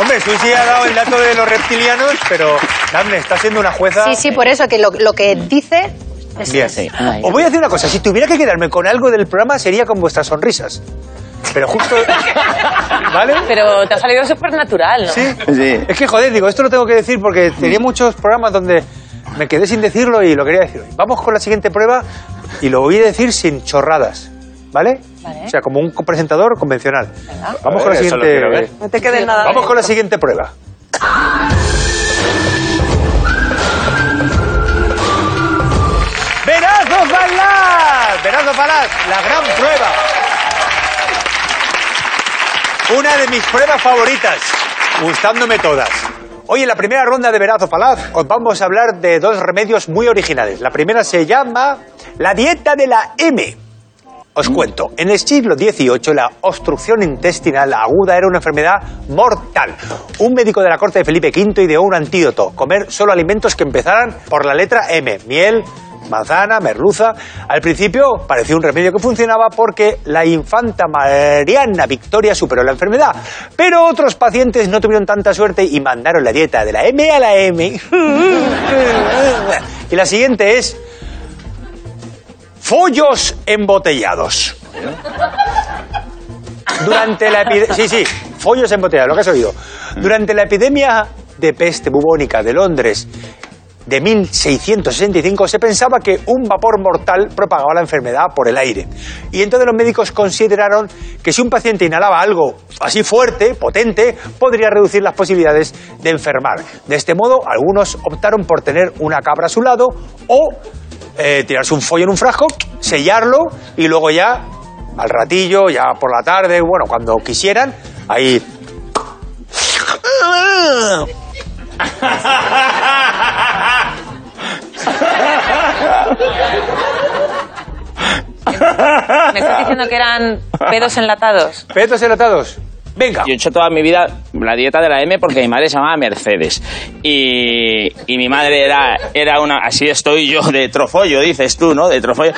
S1: Hombre, Susi ha dado el dato de los reptilianos, pero Daphne está siendo una jueza.
S7: Sí, sí, por eso, que lo, lo que dice... eso
S1: Mm. Bien.
S7: es.
S2: Ay,
S1: Os voy a decir una cosa, si tuviera que quedarme con algo del programa sería con vuestras sonrisas. Pero justo... ¿Vale?
S3: Pero te ha salido súper natural, ¿no?
S1: Sí.
S2: Sí.
S1: Es que joder, digo, esto lo tengo que decir porque tenía
S6: Mm.
S1: muchos programas donde me quedé sin decirlo y lo quería decir. hoy. Vamos con la siguiente prueba y lo voy a decir sin chorradas, ¿vale?
S3: Vale.
S1: O sea, como un presentador convencional. Vamos con la
S6: Eh, eso lo quiero ver.
S1: siguiente.
S5: No te quedes nada.
S1: Vamos con la siguiente prueba. ¡Verazo Falaz! ¡Verazo Falaz! La gran prueba. Una de mis pruebas favoritas, gustándome todas. Hoy en la primera ronda de Verazo Falaz os vamos a hablar de dos remedios muy originales. La primera se llama la dieta de la M. Os cuento, en el siglo XVIII la obstrucción intestinal aguda era una enfermedad mortal. Un médico de la corte de Felipe V ideó un antídoto, comer solo alimentos que empezaran por la letra M, miel, manzana, merluza. Al principio parecía un remedio que funcionaba porque la infanta Mariana Victoria superó la enfermedad, pero otros pacientes no tuvieron tanta suerte y mandaron la dieta de la M a la M. *laughs* y la siguiente es Follos embotellados. Durante la epidemia. Sí, sí, follos embotellados, lo que has oído. Durante la epidemia de peste bubónica de Londres de 1665 se pensaba que un vapor mortal propagaba la enfermedad por el aire. Y entonces los médicos consideraron que si un paciente inhalaba algo así fuerte, potente, podría reducir las posibilidades de enfermar. De este modo, algunos optaron por tener una cabra a su lado o eh, tirarse un follo en un frasco, sellarlo y luego ya, al ratillo, ya por la tarde, bueno, cuando quisieran, ahí...
S3: diciendo que eran pedos enlatados.
S1: ¿Petos enlatados? Venga.
S2: Yo he hecho toda mi vida la dieta de la M porque mi madre se llamaba Mercedes. Y, y mi madre era, era una. Así estoy yo de trofollo, dices tú, ¿no? De trofollo.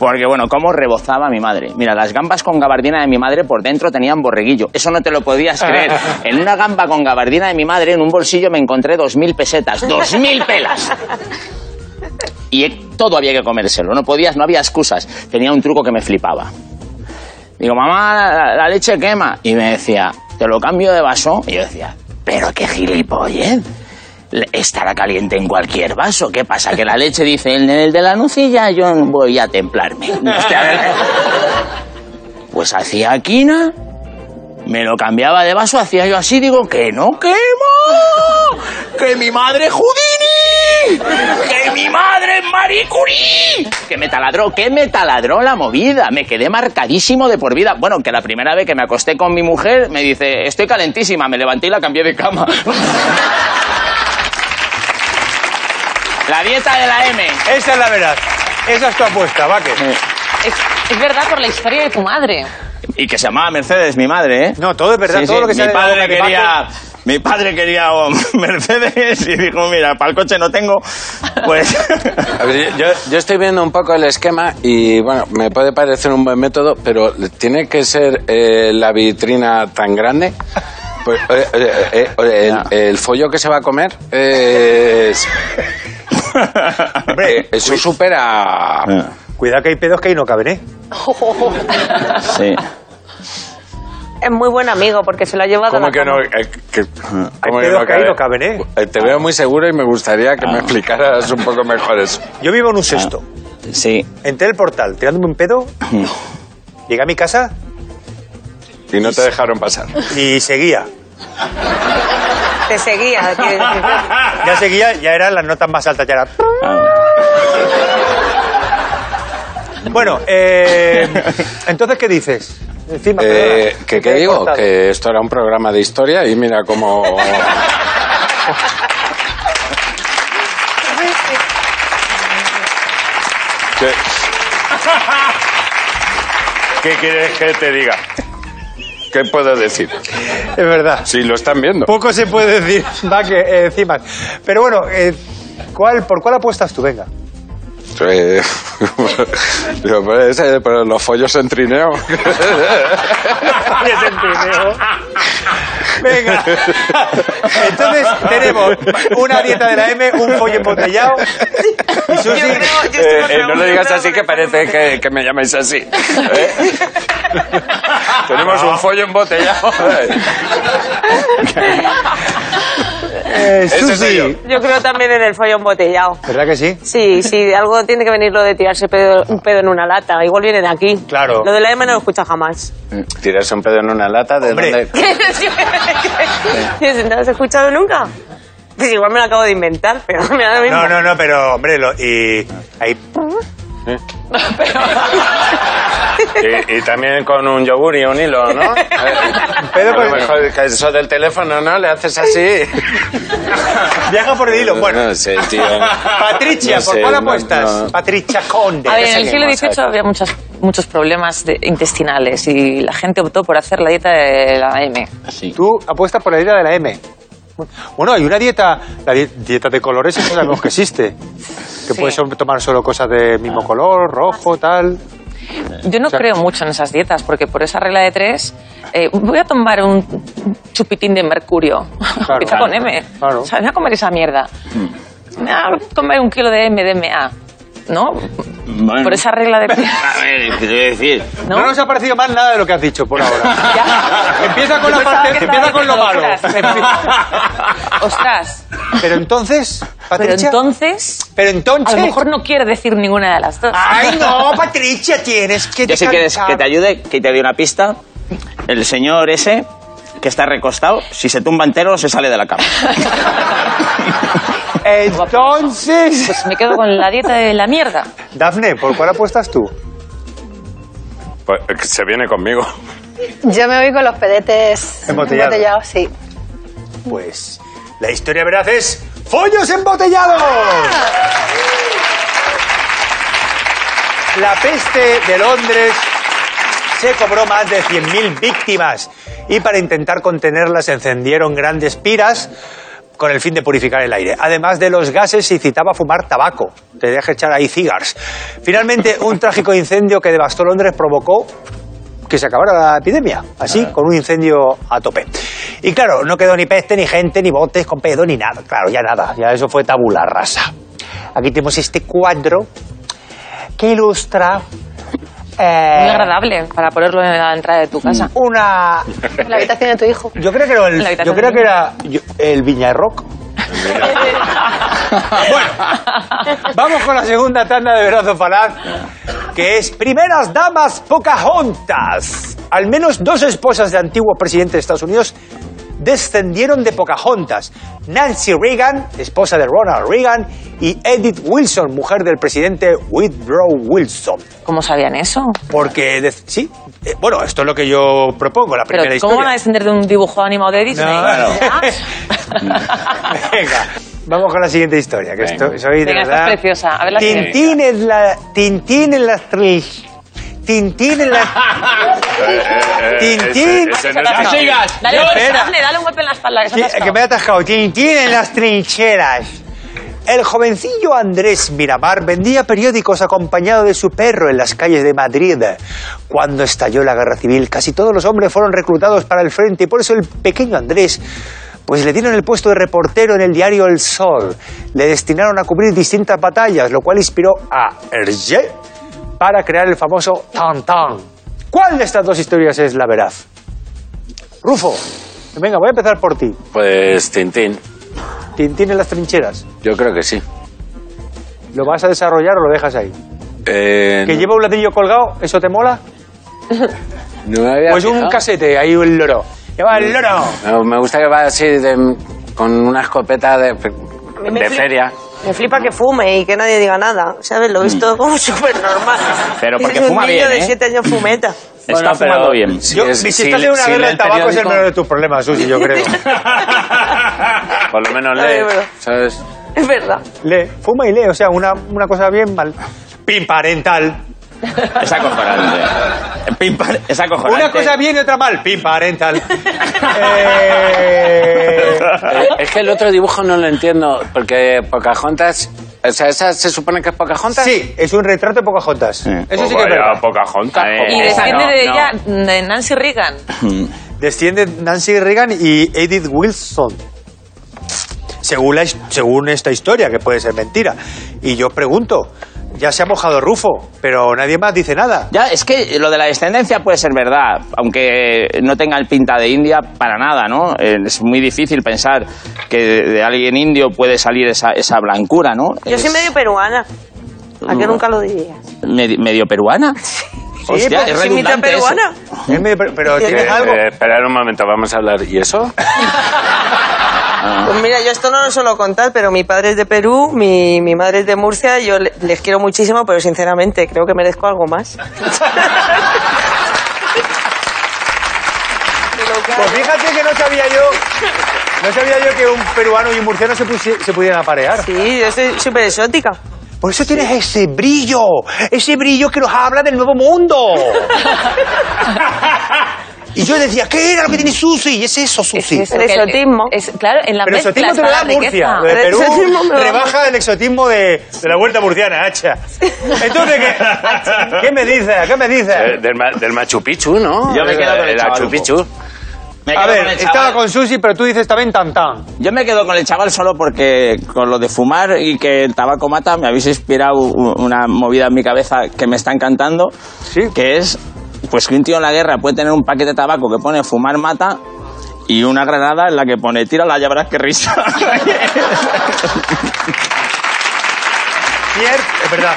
S2: Porque, bueno, ¿cómo rebozaba mi madre? Mira, las gambas con gabardina de mi madre por dentro tenían borreguillo. Eso no te lo podías creer. En una gamba con gabardina de mi madre, en un bolsillo me encontré dos mil pesetas. ¡Dos mil pelas! Y he- todo había que comérselo. No podías, no había excusas. Tenía un truco que me flipaba. Digo, mamá, la, la leche quema. Y me decía, te lo cambio de vaso. Y yo decía, pero qué gilipollez. Le- Estará caliente en cualquier vaso. ¿Qué pasa? Que la leche dice, en el de la nucilla yo voy a templarme. *laughs* Pues hacía quina, me lo cambiaba de vaso, hacía yo así, digo, que no quema. Que mi madre es Houdini. Que mi madre es Marie Curie. Que me taladró, que me taladró la movida. Me quedé marcadísimo de por vida. Bueno, que la primera vez que me acosté con mi mujer me dice, estoy calentísima, me levanté y la cambié de cama. *laughs* La dieta de la M.
S1: Esa es la verdad. Esa es tu apuesta, Vaque.
S3: Es, es verdad por la historia de tu madre.
S2: Y que se llamaba Mercedes, mi madre, ¿eh?
S1: No, todo es verdad, todo lo que
S2: mi
S1: sea de la boca
S2: padre
S1: de
S2: quería, Mi padre quería oh, *laughs* Mercedes y dijo, mira, para el coche no tengo,
S1: *laughs*
S2: pues...
S6: A ver, yo, yo estoy viendo un poco el esquema y bueno, me puede parecer un buen método, pero ¿tiene que ser eh, la vitrina tan grande? Pues, eh, eh, eh, eh, el, el follo que se va a comer eh, es- eh, eso supera...
S2: Ah.
S1: Cuidado que hay pedos que ahí no caben, ¿eh?
S2: *laughs* Sí.
S5: Es muy buen amigo porque se lo ha llevado a
S6: ¿Cómo
S5: la
S6: que
S5: cama.
S6: no? eh, que-
S1: Hay
S6: cómo que
S1: pedos que ahí
S6: cabe?
S1: no caben, ¿eh?
S6: Eh, Te veo muy seguro y me gustaría que me explicaras un poco mejor eso.
S1: Yo vivo en
S6: Ah.
S1: un sexto.
S2: Sí.
S1: Entré al portal tirándome un pedo. Llegué a mi casa
S6: Y no te dejaron pasar.
S1: y seguía.
S5: Te seguía. quiero decir.
S1: Ya seguía, ya eran las notas más altas. Ya era...
S6: Ah.
S1: Bueno,
S6: *laughs*
S1: eh, entonces, ¿qué dices? Encima,
S6: Eh,
S1: perdona,
S6: ¿Qué,
S1: que
S6: qué
S1: te he
S6: digo?
S1: cortado.
S6: Que esto era un programa de historia y mira cómo...
S4: ¿Qué? ¿Qué quieres que te diga?
S6: ¿Qué puedo decir?
S1: Es verdad.
S6: Si lo están viendo.
S1: Poco se puede decir, *laughs* va que eh, encima. Pero bueno, eh, ¿cuál, ¿por cuál apuestas tú? Venga.
S6: Eh, *laughs* digo, pero ese- pero los follos en trineo.
S1: Venga. *laughs* Entonces tenemos una dieta de la M, un pollo embotellado. Y Susi,
S6: Eh, eh, no lo digas así que parece que, que me llamáis así. ¿eh? Tenemos un follo embotellado.
S1: eh,
S6: Ese soy yo.
S1: Susi.
S5: Yo creo también en el follo embotellado.
S1: ¿Verdad que sí?
S5: Sí, sí, algo tiene que venir lo de tirarse pedo- un pedo en una lata. Igual viene de aquí.
S1: Claro.
S5: Lo de la M no lo escucha jamás.
S6: Tirarse un pedo en una lata, ¿de
S1: Hombre.
S6: dónde?
S5: ¿No lo has escuchado nunca? Pues igual me lo acabo de inventar, pero me da lo mismo.
S1: No, no, no, pero hombre, lo- y ahí
S6: Y, y también con un yogur y un hilo, ¿no? Eh,
S1: pedo
S6: a
S1: por
S6: lo
S1: el-
S6: mejor que eso del teléfono, ¿no? Le haces así.
S1: viaja por el hilo. Bueno,
S6: No sé, tío.
S1: *laughs* Patricia,
S6: No
S1: ¿por
S6: sé,
S1: cuál
S6: no,
S1: apuestas?
S6: no.
S1: Patricia Conde.
S3: A ver, en el
S6: Ese
S3: siglo
S6: mismo,
S3: XVIII había muchas, muchos problemas de- intestinales y la gente optó por hacer la dieta de la M.
S1: Tú apuestas por la dieta de la M. Bueno, hay una dieta, la di- dieta de colores, eso sabemos que existe. Que puedes tomar solo cosas de mismo color, rojo, tal.
S3: Yo no
S1: sea-
S3: creo mucho en esas dietas porque por esa regla de tres eh, voy a tomar un chupitín de mercurio. *laughs*
S1: Claro.
S3: Empieza con M.
S1: Claro. Mm.
S3: O sea, me voy a comer esa mierda. Me voy a comer un kilo de MDMA. ¿No? Por esa
S1: *laughs*
S3: regla de tres.
S2: A ver, ¿qué te voy a decir?
S1: ¿No? nos ha parecido mal nada de lo que has dicho por
S3: *laughs*
S1: ahora. Empieza con la
S3: Yo pensaba
S1: parte,
S3: que
S1: empieza
S3: estaba
S1: con lo malo.
S3: diciendo locuras, pero- *laughs* Ostras.
S1: Pero entonces,
S3: Pero
S1: Patricia.
S3: entonces,
S1: Pero
S3: a
S1: entonces.
S3: lo mejor no quiero decir ninguna de las dos.
S1: Ay, no, Patricia, tienes que.
S2: Yo si quieres
S1: descansar.
S2: que te ayude, que te dé una pista. El señor ese, que está recostado, si se tumba entero se sale de
S1: *laughs*
S2: la cama.
S1: Entonces.
S3: Pues me quedo con la dieta de la mierda.
S1: Dafne, ¿por cuál apuestas tú?
S4: Pues, eh, se viene conmigo.
S7: Yo me voy con los pedetes
S1: Embotellados. *laughs*
S7: embotellados, sí.
S1: Pues la historia veraz es follos embotellados. La peste de Londres se cobró más de 100.000 víctimas y para intentar contenerlas encendieron grandes piras con el fin de purificar el aire. Además de los gases, se incitaba a fumar tabaco. Te deja echar ahí cigars. Finalmente, un trágico incendio que devastó Londres provocó que se acabara la epidemia, así, con un incendio a tope. Y claro, no quedó ni peste, ni gente, ni botes con pedo, ni nada. Claro, ya nada, ya eso fue tabula rasa. Aquí tenemos este cuadro que ilustra... eh,
S3: Muy agradable para ponerlo en la entrada de tu casa.
S1: Una.
S7: En la habitación de tu hijo.
S1: Yo creo que era el,
S3: En la
S1: yo
S3: habitación
S1: creo
S3: de
S1: que
S3: mi
S1: era yo- el Viña *laughs* Rock. bueno, vamos con la segunda tanda de Verazo Falaz, que es Primeras Damas Pocahontas. Al menos dos esposas de antiguos presidentes de Estados Unidos descendieron de Pocahontas. Nancy Reagan, esposa de Ronald Reagan, y Edith Wilson, mujer del presidente Woodrow Wilson.
S3: ¿Cómo sabían eso?
S1: Porque, de- sí, eh, bueno, esto es lo que yo propongo, la
S3: Pero
S1: primera
S3: ¿cómo van a
S1: historia.
S3: descender de un dibujo animado de Disney?
S1: No, *laughs* Venga, vamos con la siguiente historia, que esto, soy de
S3: Venga, esta
S1: verdad-
S3: es preciosa. A ver la siguiente.
S1: Tintín en la... Tintín en las... tri- Tintín en la... Tintín.
S3: No sigas. Dale, un
S1: Espera.
S3: golpe, dale un golpe en la espalda. Que se
S1: Sí,
S3: ha atascado.
S1: que me he atascado. Tintín en las trincheras. El jovencillo Andrés Miramar vendía periódicos acompañado de su perro en las calles de Madrid. Cuando estalló la guerra civil, casi todos los hombres fueron reclutados para el frente y por eso el pequeño Andrés pues le dieron el puesto de reportero en el diario El Sol. Le destinaron a cubrir distintas batallas, lo cual inspiró a Hergé para crear el famoso Tan Tan. ¿Cuál de estas dos historias es la veraz? Rufo, venga, voy a empezar por ti.
S6: Pues Tintín,
S1: Tintín en las trincheras.
S6: yo creo que sí.
S1: ¿Lo vas a desarrollar o lo dejas ahí?
S6: Eh,
S1: ¿Que lleva un ladrillo colgado? ¿Eso te mola?
S6: no me había
S1: Pues un
S6: fijado.
S1: casete, ahí un loro. ¡Lleva el loro!
S6: No, Me gusta que va así de- con una escopeta de, de feria.
S5: Me flipa que fume y que nadie diga nada. ¿Sabes? Lo he visto como *laughs* súper normal.
S2: Mm. Pero porque
S5: es
S2: fuma
S5: un niño
S2: bien, ¿eh?
S5: de 7 años fumeta.
S2: Está fumando bien.
S1: Yo, si, estás en una guerra del tabaco es el menor de tus problemas, Susi, yo
S6: *laughs*
S1: creo.
S6: Por lo menos
S5: Ay,
S6: lee,
S5: bueno.
S6: ¿sabes?
S5: Es verdad.
S1: lee, fuma y lee, o sea, una, una cosa bien mal. Pin parental.
S2: Es acojonante. Pimpa- Es acojonante.
S1: Una cosa bien y otra mal. Pin
S6: *laughs*
S1: parental. Eh,
S6: Eh, Es que el otro dibujo no lo entiendo, porque Pocahontas... O sea, ¿esa se supone que es Pocahontas?
S1: sí, es un retrato de Pocahontas. Eso sí que es
S6: Oh, Vaya,
S1: verdad.
S6: Pocahontas.
S2: ver.
S3: Y
S6: Pocahontas.
S3: desciende
S2: no,
S3: de
S2: no.
S3: ella, de Nancy Reagan.
S1: Desciende Nancy Reagan y Edith Wilson. Según, la his- según esta historia, que puede ser mentira. Y yo pregunto, ya se ha mojado Rufo, pero nadie más dice nada.
S2: Ya, es que lo de la descendencia puede ser verdad, aunque no tenga el pinta de India para nada, ¿no? Eh, Es muy difícil pensar que de, de alguien indio puede salir esa, esa blancura, ¿no?
S5: Yo
S2: Es
S5: soy medio peruana. ¿A
S2: Mm.
S5: qué nunca lo dirías?
S2: medi- medio
S5: *laughs*
S2: peruana. Hostia,
S5: pero
S2: es
S5: soy mitad
S2: redundante eso.
S5: peruana.
S1: Es medio- pero, pero
S6: Eh,
S1: tienes algo.
S6: eh, esperar un momento, vamos a hablar. ¿Y eso?
S2: Ah.
S5: Pues mira, yo esto no lo suelo contar, pero mi padre es de Perú, mi, mi madre es de Murcia, yo le- les quiero muchísimo, pero sinceramente creo que merezco algo más.
S1: Pues fíjate que no sabía yo. No sabía yo que un peruano y un murciano se, pusi- se pudieran aparear.
S5: Sí, yo soy súper exótica.
S1: Por eso tienes ese brillo, ese brillo que nos habla del nuevo mundo. y yo decía, ¿qué era lo que tiene Susi? Y es eso, Susi.
S3: Es eso,
S5: El
S3: que
S5: exotismo.
S3: es- claro, en la
S1: Pero
S3: mezcla
S1: exotismo te
S3: está
S1: lo da
S3: la
S1: Murcia.
S3: riqueza.
S1: Lo de
S5: El
S1: Perú
S5: exotismo me lo da
S1: rebaja el exotismo de, de la huerta murciana, hacha. Entonces, ¿qué, ¿qué me dices? ¿Qué me
S6: Eh,
S1: dices?
S6: del, ma- del Machu Picchu, ¿no?
S2: Yo me quedo con el
S6: La
S2: chaval,
S6: Machu Picchu.
S2: Me
S1: A
S2: quedo
S1: ver,
S2: con el chaval.
S1: estaba con Susi, pero tú dices también tan tan.
S2: Yo me quedo con el chaval solo porque con lo de fumar y que el tabaco mata me habéis inspirado u- una movida en mi cabeza que me está encantando, que es pues que un tío en la guerra puede tener un paquete de tabaco que pone fumar mata y una granada en la que pone tira la verás que
S5: *laughs*
S2: risa.
S1: Cierto, es verdad.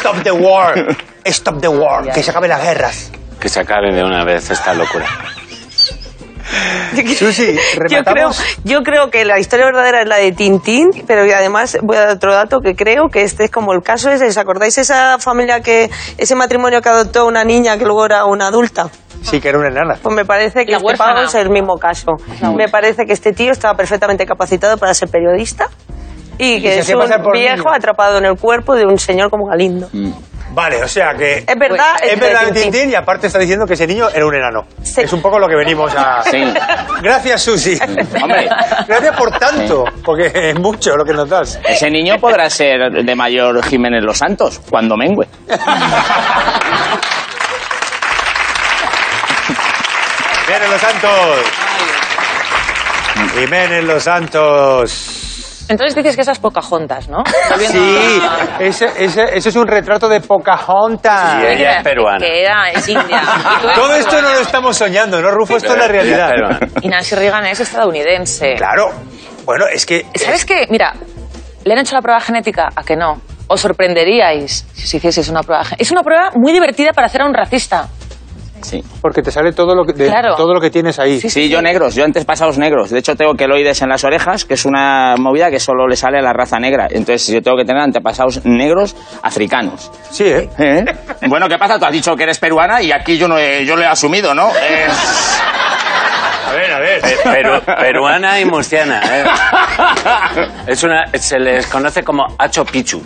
S1: Stop the war. Stop the war. Que se acaben las guerras.
S6: Que se acabe de una vez
S1: *laughs*
S6: esta locura.
S5: *laughs*
S1: Susi,
S5: Yo creo,
S1: rematamos.
S5: yo creo que la historia verdadera es la de Tintín, pero y además voy a dar otro dato que creo que este es como el caso ese. ¿Os acordáis esa familia que, ese matrimonio que adoptó una niña que luego era una adulta?
S1: Sí, que era una enana.
S5: Pues me parece que
S3: La
S5: este
S3: huérfana.
S5: pavo es el mismo caso. Me parece que este tío estaba perfectamente capacitado para ser periodista Y que
S1: se
S5: es
S1: hacía pasar
S5: un
S1: por
S5: viejo
S1: niño. Mm.
S5: atrapado en el cuerpo de un señor como Galindo.
S1: Vale, o sea que.
S5: Es verdad,
S1: Pues, Es
S5: es
S1: verdad,
S5: de Tintín.
S1: Tintín, y aparte está diciendo que ese niño era un enano. Es un poco lo que venimos a.
S2: Sí.
S1: Gracias, Susi.
S2: Hombre.
S1: Gracias por tanto, porque es mucho lo que nos das.
S2: Ese niño podrá ser de mayor Jiménez Los Santos, cuando mengüe.
S1: Vienen los santos. Jiménez los santos.
S5: Entonces dices que esas Pocahontas, ¿no? Estoy viendo
S1: Sí,
S5: a-
S1: ese, ese- ese es un retrato de Pocahontas.
S6: Sí, ella es peruana.
S5: Que era,
S1: *laughs*
S5: es india. Y tú
S1: eh.
S5: eres
S1: Todo esto no
S5: peruana.
S1: lo estamos soñando, ¿no, Rufo? Esto es
S6: Eh,
S1: la realidad.
S6: Ella es peruana.
S5: Y Nancy Reagan es estadounidense.
S1: Claro. Bueno, es que.
S5: ¿Sabes qué? Mira, le han hecho la prueba genética a que no. Os sorprenderíais si os hicieseis una prueba. gen- Es una prueba muy divertida para hacer a un racista.
S2: Sí.
S1: Porque te sale todo lo que, de-
S5: Claro.
S1: todo lo que tienes ahí.
S2: Sí, yo negros, yo antes pasados negros. De hecho, tengo queloides en las orejas, que es una movida que solo le sale a la raza negra. Entonces, yo tengo que tener antepasados negros africanos.
S1: Sí, ¿eh?
S6: *laughs*
S2: ¿Eh? Bueno, ¿qué pasa? Tú has dicho que eres peruana y aquí yo no he- yo lo he asumido, ¿no? Eh,
S1: A ver, a ver.
S6: Pe- *laughs* Eh, peru-
S1: *laughs*
S6: peruana y murciana.
S2: *laughs*
S6: ¿eh? Es una, se les conoce como Acho Pichu.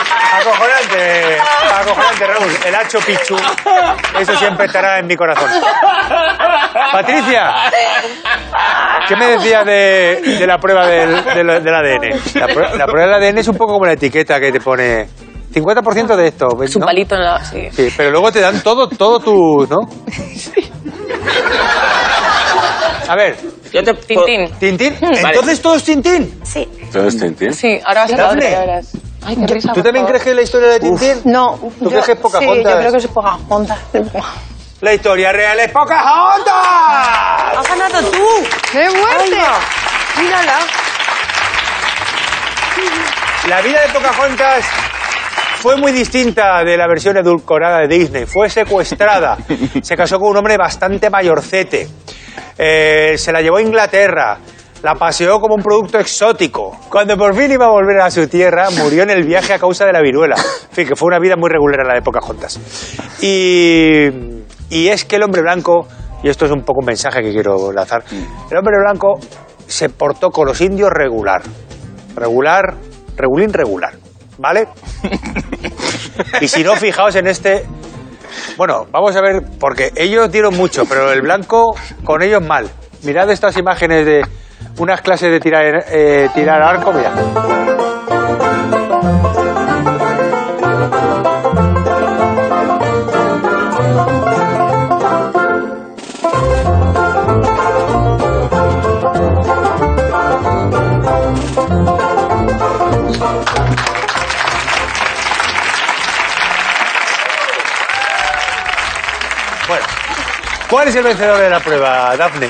S1: Acojonante, acojonante, Raúl. El hacho pichu. Eso siempre estará en mi corazón. Patricia, ¿qué me decías de, de la prueba del, del- del ADN? La, prue- la prueba del ADN es un poco como la etiqueta que te pone 50% de esto.
S5: Es un
S1: ¿no?
S5: palito en la. Sí.
S1: Sí, pero luego te dan todo, todo tu, ¿no? A ver,
S2: yo te-
S5: Tintín.
S1: Tintín, entonces todo es Tintín.
S6: ¿Todos te entiendes?
S5: Sí, ahora vas a
S1: Dafne.
S5: palabras. Ay, qué risa.
S1: ¿Tú también crees que es la historia de Tintín?
S7: No.
S1: ¿Tú crees que es Pocahontas?
S7: Sí, yo creo que es Pocahontas.
S1: La historia real es Pocahontas.
S5: ¡Has ganado tú!
S7: ¡Qué fuerte!
S5: ¡Mírala!
S1: La vida de Pocahontas fue muy distinta de la versión edulcorada de Disney. Fue secuestrada. Se casó con un hombre bastante mayorcete. Eh, se la llevó a Inglaterra. La paseó como un producto exótico. Cuando por fin iba a volver a su tierra, murió en el viaje a causa de la viruela. En fin, que fue una vida muy regular la de Pocahontas. Y, y es que el hombre blanco, y esto es un poco un mensaje que quiero lanzar, el hombre blanco se portó con los indios regular. Regular, regulín regular.
S2: *laughs*
S1: ¿Vale? Y si no, fijaos en este. Bueno, vamos a ver, porque ellos dieron mucho, pero el blanco con ellos mal. Mirad estas imágenes de unas clases de tirar, eh, tirar arco, mirad. Bueno, ¿cuál es el vencedor de la prueba, Daphne?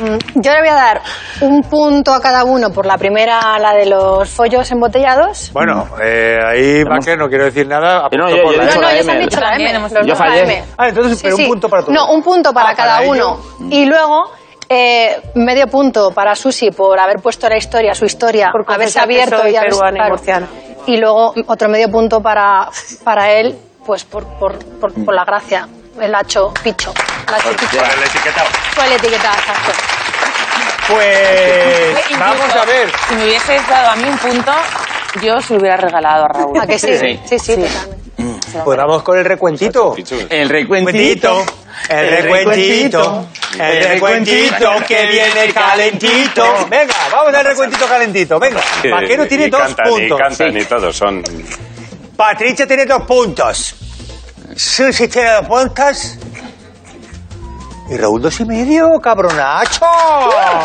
S7: Mm, Yo le voy a dar un punto a cada uno por la primera, la de los follos embotellados.
S1: Bueno, eh, ahí va que no quiero decir nada.
S2: No,
S1: apuesto
S2: yo-
S1: por
S2: yo
S1: la-
S2: he
S7: No,
S2: dicho
S7: no,
S2: la
S7: ellos
S2: M.
S7: han dicho la
S5: También
S7: M.
S5: hemos
S7: los
S2: Yo
S7: dos la
S2: fallé.
S7: M.
S1: Ah, entonces, pero un punto para todos.
S7: No, un punto para
S1: Ah,
S7: cada
S1: para
S7: uno.
S1: ellos.
S7: Y luego, eh, medio punto para Susi por haber puesto la historia, su historia,
S5: Por confesar
S7: haberse
S5: que
S7: abierto
S5: soy
S7: y haberse-
S5: peruana y
S7: claro.
S5: murciana.
S7: Y luego otro medio punto para, para él, pues por, por, por, por la gracia. El hacho picho. El hacho picho.
S4: Por el etiquetado.
S7: Fue la etiqueta, exacto.
S1: Pues vamos
S5: Incluso,
S1: a ver.
S5: Si me hubieses dado a mí un punto, yo se lo hubiera regalado a Raúl.
S7: ¿A que sí?
S2: Sí.
S7: Sí, sí, totalmente.
S1: Pues vamos con el recuentito.
S2: El recuentito.
S1: El recuentito. El recuentito que viene calentito. Venga, vamos al recuentito calentito. Venga. Vaquero
S4: Y-
S1: tiene
S4: y
S1: dos
S4: cantan,
S1: puntos.
S4: Y cantan y todos son...
S1: Patricia tiene dos puntos. Susi tiene dos puntos. Y Raúl dos y medio, cabronacho. ¡Uh!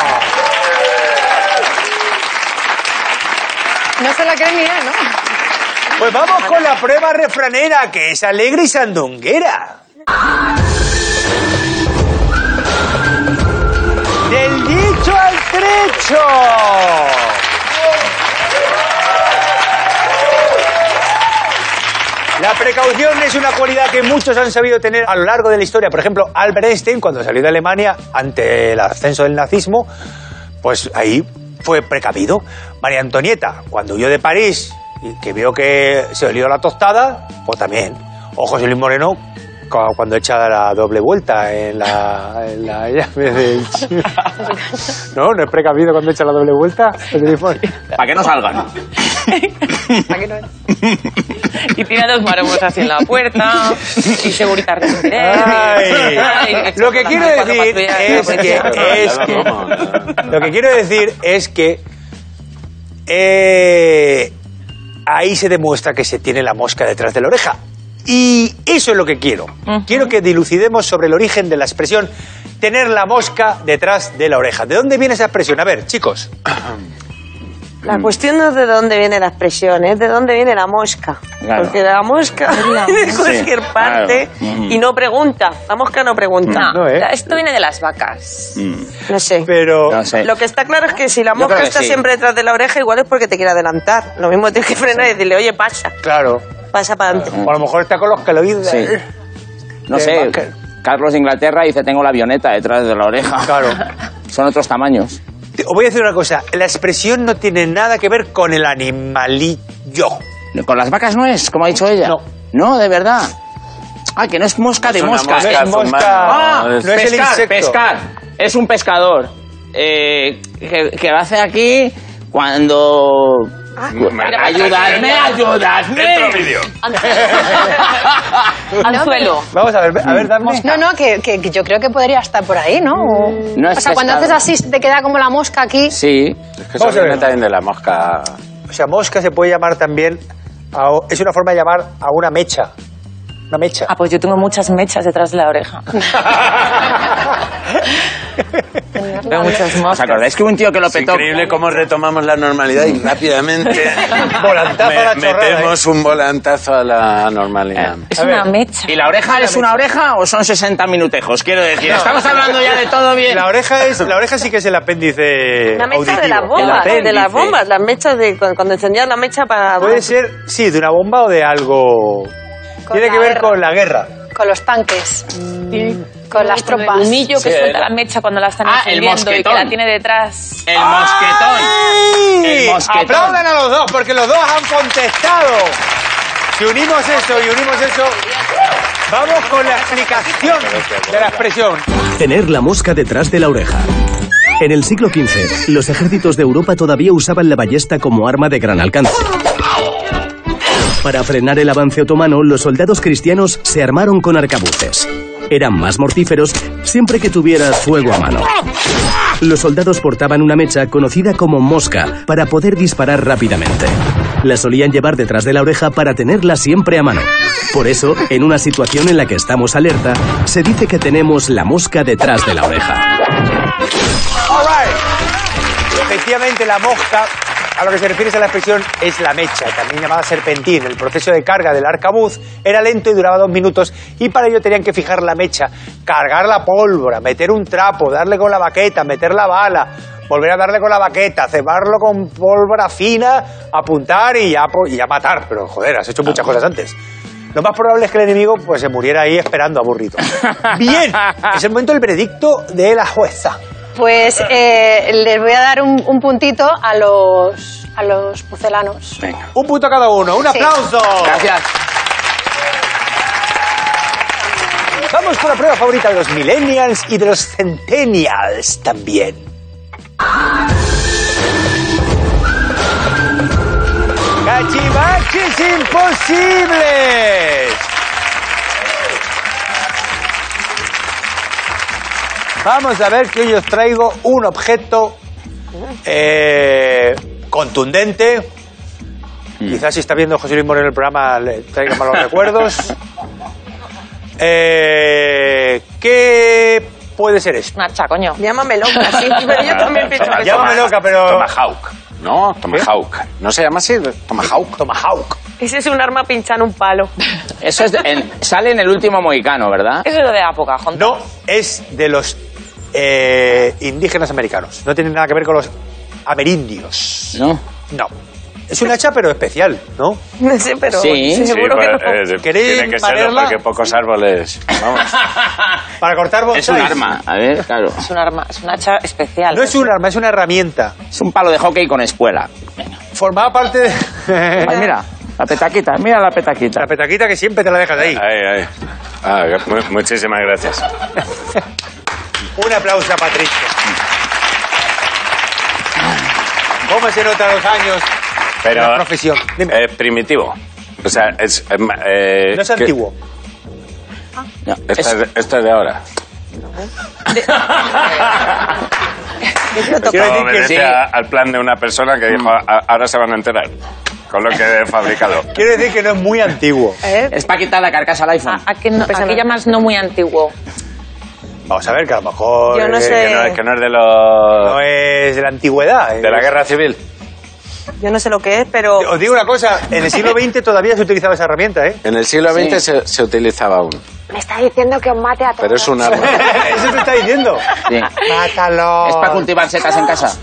S7: No se la creen ni él, ¿no?
S1: Pues vamos con la prueba refranera, que es alegre y sandunguera. Del dicho al trecho. La precaución es una cualidad que muchos han sabido tener a lo largo de la historia. Por ejemplo, Albert Einstein, cuando salió de Alemania ante el ascenso del nazismo, pues ahí fue precavido. María Antonieta, cuando huyó de París y que vio que se olió la tostada, pues también. O José Luis Moreno, cu- cuando echa la doble vuelta en la, en la *laughs* llave del... No, no es precavido cuando echa la doble vuelta. José Luis Moreno.
S2: Para que no salgan.
S3: *laughs*
S5: Y tira dos maromos hacia la puerta. Y seguridad con interés.
S1: Ay. Lo que quiero decir es que, es que- lo que quiero decir es que eh, ahí se demuestra que se tiene la mosca detrás de la oreja. Y eso es lo que quiero. Quiero que dilucidemos sobre el origen de la expresión tener la mosca detrás de la oreja. ¿De dónde viene esa expresión? A ver, chicos. Mm.
S5: La cuestión no es de dónde viene la expresión, es de dónde viene la mosca.
S1: Claro.
S5: Porque la mosca viene de cualquier
S1: Sí,
S5: parte
S1: claro. Mm.
S5: y no pregunta. La mosca no pregunta.
S1: No, No, ¿eh?
S5: esto viene de las vacas. No sé.
S1: Pero.
S5: Lo que está claro es que si la
S1: Yo
S5: mosca
S1: creo que
S5: está
S1: sí.
S5: siempre detrás de la oreja, igual es porque te quiere adelantar. Lo mismo tienes que frenar y decirle, oye, pasa,
S1: Claro.
S5: pasa para adelante.
S1: O a lo mejor está con los que lo oídos.
S2: Sí. No
S1: De
S2: sé,
S1: Bunker.
S2: Carlos de Inglaterra dice tengo la avioneta detrás de la oreja.
S1: Claro.
S2: Son otros tamaños.
S1: Te- Os voy a decir una cosa. La expresión no tiene nada que ver con el animalillo.
S2: Con las vacas no es, como ha dicho ella. No. No, de verdad. Ah, que no es mosca de es una mosca. mosca, es es un mosca. humano. Ah, No, es- pescar, no es el insecto. pescar. Es un pescador. eh, que, que lo hace aquí cuando... Cu- ayudadme, ayudadme.
S3: Anzuelo.
S1: Vamos a ver, a ver, dame.
S7: Pues No, no, que, que- que yo creo que podría estar por ahí, ¿no? O,
S6: Mm. No es
S7: o sea, cuando haces
S6: pescado.
S7: así se te queda como la mosca aquí.
S2: Sí.
S6: Es que se
S1: Vamos a ver.
S6: alimenta bien de la mosca.
S1: O sea, mosca se puede llamar también. a- es una forma de llamar a una mecha. Una
S2: *laughs*
S1: mecha.
S5: Ah, pues yo tengo muchas mechas detrás de la oreja.
S2: Veo muchas moscas. ¿Os acordáis que hubo un tío que lo
S6: Es
S2: petó?
S6: increíble cómo retomamos la normalidad y rápidamente
S2: *laughs*
S1: Volantazo a la
S6: me-
S1: chorrada, ¿eh?
S6: metemos un volantazo a la normalidad.
S2: Es una
S5: mecha.
S2: ¿Y la oreja es una oreja o son 60 minutejos? Quiero decir, estamos hablando ya de todo bien.
S1: La oreja, es, la oreja sí que es el apéndice.
S5: La mecha de
S1: auditivo.
S5: las bombas,
S1: El
S5: de las
S1: apéndice.
S5: bombas, las mechas de cu- cuando encendías la mecha para...
S1: Puede ser, sí, de una bomba o de algo. Tiene que ver con la guerra.
S7: Con los tanques. Con las
S3: Mm. Con el
S7: tropas.
S3: humillo que
S1: Sí,
S3: suelta
S1: el-
S3: la mecha cuando la están
S2: Ah, el
S3: encendiendo y que
S2: mosquetón.
S3: la tiene detrás.
S2: El mosquetón.
S1: ¡Ay!
S2: El mosquetón.
S1: Aplaudan a los dos porque los dos han contestado. Si unimos eso y unimos eso, vamos con la explicación de la expresión.
S12: Tener la mosca detrás de la oreja. En el siglo XV, los ejércitos de Europa todavía usaban la ballesta como arma de gran alcance. Para frenar el avance otomano, los soldados cristianos se armaron con arcabuces. Eran más mortíferos siempre que tuvieras fuego a mano. Los soldados portaban una mecha conocida como mosca para poder disparar rápidamente. La solían llevar detrás de la oreja para tenerla siempre a mano. Por eso, en una situación en la que estamos alerta, se dice que tenemos la mosca detrás de la oreja.
S1: All right. Efectivamente, la mosca, a lo que se refiere esa la expresión, es la mecha, también llamada serpentín. El proceso de carga del arcabuz era lento y duraba dos minutos, y para ello tenían que fijar la mecha, cargar la pólvora, meter un trapo, darle con la baqueta, meter la bala, volver a darle con la baqueta, cebarlo con pólvora fina, apuntar y ya, po- y ya matar. Pero joder, has hecho muchas cosas antes. Lo más probable es que el enemigo pues, se muriera ahí esperando aburrido. Bien, es el momento del veredicto de la jueza.
S7: Pues eh, les voy a dar un, un puntito a los, a los pucelanos.
S1: Un punto cada uno. ¡Un
S7: Sí.
S1: aplauso!
S7: Gracias.
S1: Vamos con la prueba favorita de los millennials y de los centennials también. ¡Cachivaches imposibles! Vamos a ver que hoy os traigo un objeto eh, contundente.
S2: Mm.
S1: Quizás si está viendo José Luis Moreno el programa le traiga
S2: *laughs*
S1: malos recuerdos. Eh, ¿Qué puede ser esto?
S5: Nacha, coño. Llámame
S1: *laughs*
S5: loca, sí, pero yo también pienso que
S1: Llámame
S5: sí.
S1: loca, pero...
S6: Tomahawk. No, Tomahawk. No se llama así, Tomahawk.
S1: Tomahawk.
S5: Ese es un arma pinchada en un palo.
S2: Eso es de- en- sale en el último Mohicano, ¿verdad?
S5: Eso es lo de la Pocahontas.
S1: No, es de los eh, indígenas americanos. No tiene nada que ver con los amerindios.
S2: No.
S1: No. Es un hacha, pero especial, ¿no?
S5: No sé, pero seguro
S6: pues,
S5: que no.
S6: eh, tiene que serlo
S5: pararla?
S6: porque pocos árboles. Vamos.
S1: Para cortar bonsais.
S2: Es un arma, a ver, claro.
S5: Es un arma, es un hacha especial.
S1: No es un arma, es una herramienta.
S2: Es un palo de hockey con espuela.
S1: Formaba parte de... Eh. *laughs*
S2: Ay, mira, la petaquita, mira la petaquita.
S1: La petaquita que siempre te la dejas ahí.
S6: Ahí, ahí. Ah, mu- muchísimas gracias.
S1: Un aplauso a Patricia. ¿Cómo se nota los años?
S6: Pero
S1: La profesión.
S6: es primitivo. O sea, es... eh, ma- eh,
S1: No es
S6: que-
S1: antiguo.
S2: No,
S6: Esta es, de- esta es de ahora.
S1: Quiero
S6: Esto
S1: decir que
S6: obedece
S1: sí.
S6: a- al plan de una persona que dijo, "A- ahora se van a enterar con lo que he fabricado.
S1: Quiero decir que no es muy antiguo.
S5: ¿eh?
S2: Es para quitar la carcasa al iPhone.
S3: Aquí, no-
S7: Pues
S3: aquí llamas no muy antiguo.
S1: Vamos a ver, que a lo mejor...
S5: Yo no
S1: eh,
S5: sé.
S6: Que no, que no es de
S1: No
S6: los...
S1: es de la antigüedad.
S6: Uh, De la
S1: es-
S6: guerra civil.
S5: Yo no sé lo que es, pero
S1: Os digo una cosa, en el siglo XX todavía se utilizaba esa herramienta,
S6: *laughs*
S1: ¿eh?
S6: En el siglo
S2: Sí.
S6: XX se, se utilizaba aún.
S7: Me está diciendo que os mate a todos.
S2: *laughs*
S6: Pero es un arma.
S1: Eso te está diciendo.
S2: Sí.
S1: Mátalo.
S2: Es para cultivar setas en casa.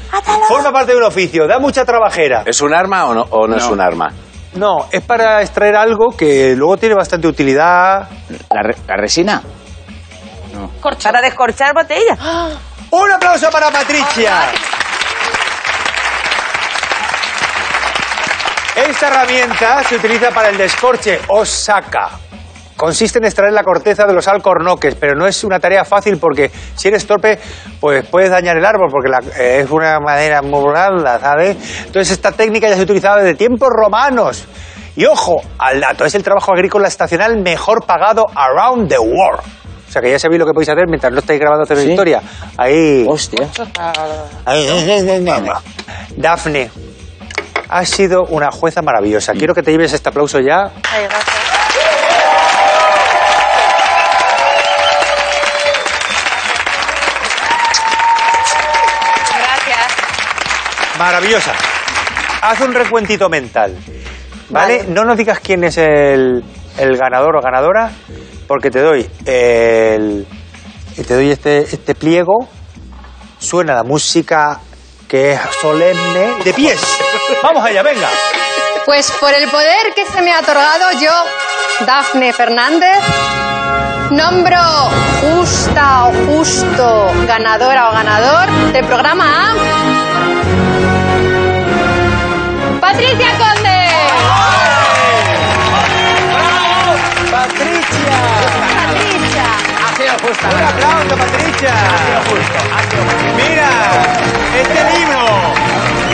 S1: Forma parte de un oficio, da mucha trabajera.
S6: ¿Es un arma o no, o no es un arma?
S1: No, es para extraer algo que luego tiene bastante utilidad.
S2: La, re- la resina.
S5: para descorchar botella.
S1: Un aplauso para Patricia. Esta herramienta se utiliza para el descorche o saca. Consiste en extraer la corteza de los alcornoques, pero no es una tarea fácil porque si eres torpe, pues puedes dañar el árbol porque la- eh, es una madera muy blanda, ¿sabes? Entonces esta técnica ya se utilizaba desde tiempos romanos. Y ojo al dato, es el trabajo agrícola estacional mejor pagado around the world. O sea que ya sabéis lo que podéis hacer mientras no estáis grabando Cero
S2: Sí.
S1: Historia. Ahí.
S2: Hostia.
S1: Ay, ay, ay, ay, ay, ay. Dafne, has sido una jueza maravillosa. Quiero que te lleves este aplauso ya.
S5: Ay, gracias.
S1: Maravillosa. Haz un recuentito mental. ¿Vale? No nos digas quién es el, el ganador o ganadora, porque te doy el. Te doy este, este pliego. Suena la música que es solemne. De pies. Vamos allá, venga.
S7: Pues por el poder que se me ha otorgado yo, Dafne Fernández, nombro justa o justo ganadora o ganador del programa A. Patricia Conde.
S1: ¡Patricia!
S7: Patricia.
S2: Ha sido justa.
S1: ¡Un aplauso, Patricia! Mira, este libro,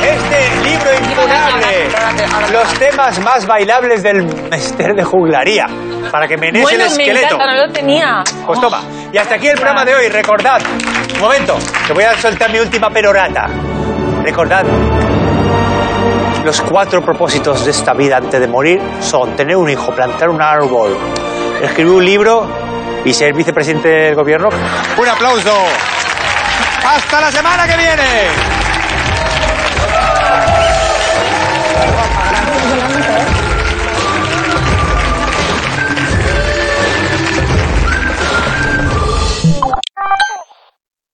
S1: este libro impagable, los temas más bailables del mester de juglaría, para que menees
S3: Bueno,
S1: el
S3: me
S1: esqueleto.
S3: encanta, no lo tenía.
S1: Pues toma, y hasta aquí el programa de hoy. Recordad, un momento, te voy a soltar mi última perorata. Recordad, los cuatro propósitos de esta vida antes de morir son tener un hijo, plantar un árbol, escribir un libro y ser vicepresidente del gobierno. Un aplauso. Hasta la semana que viene.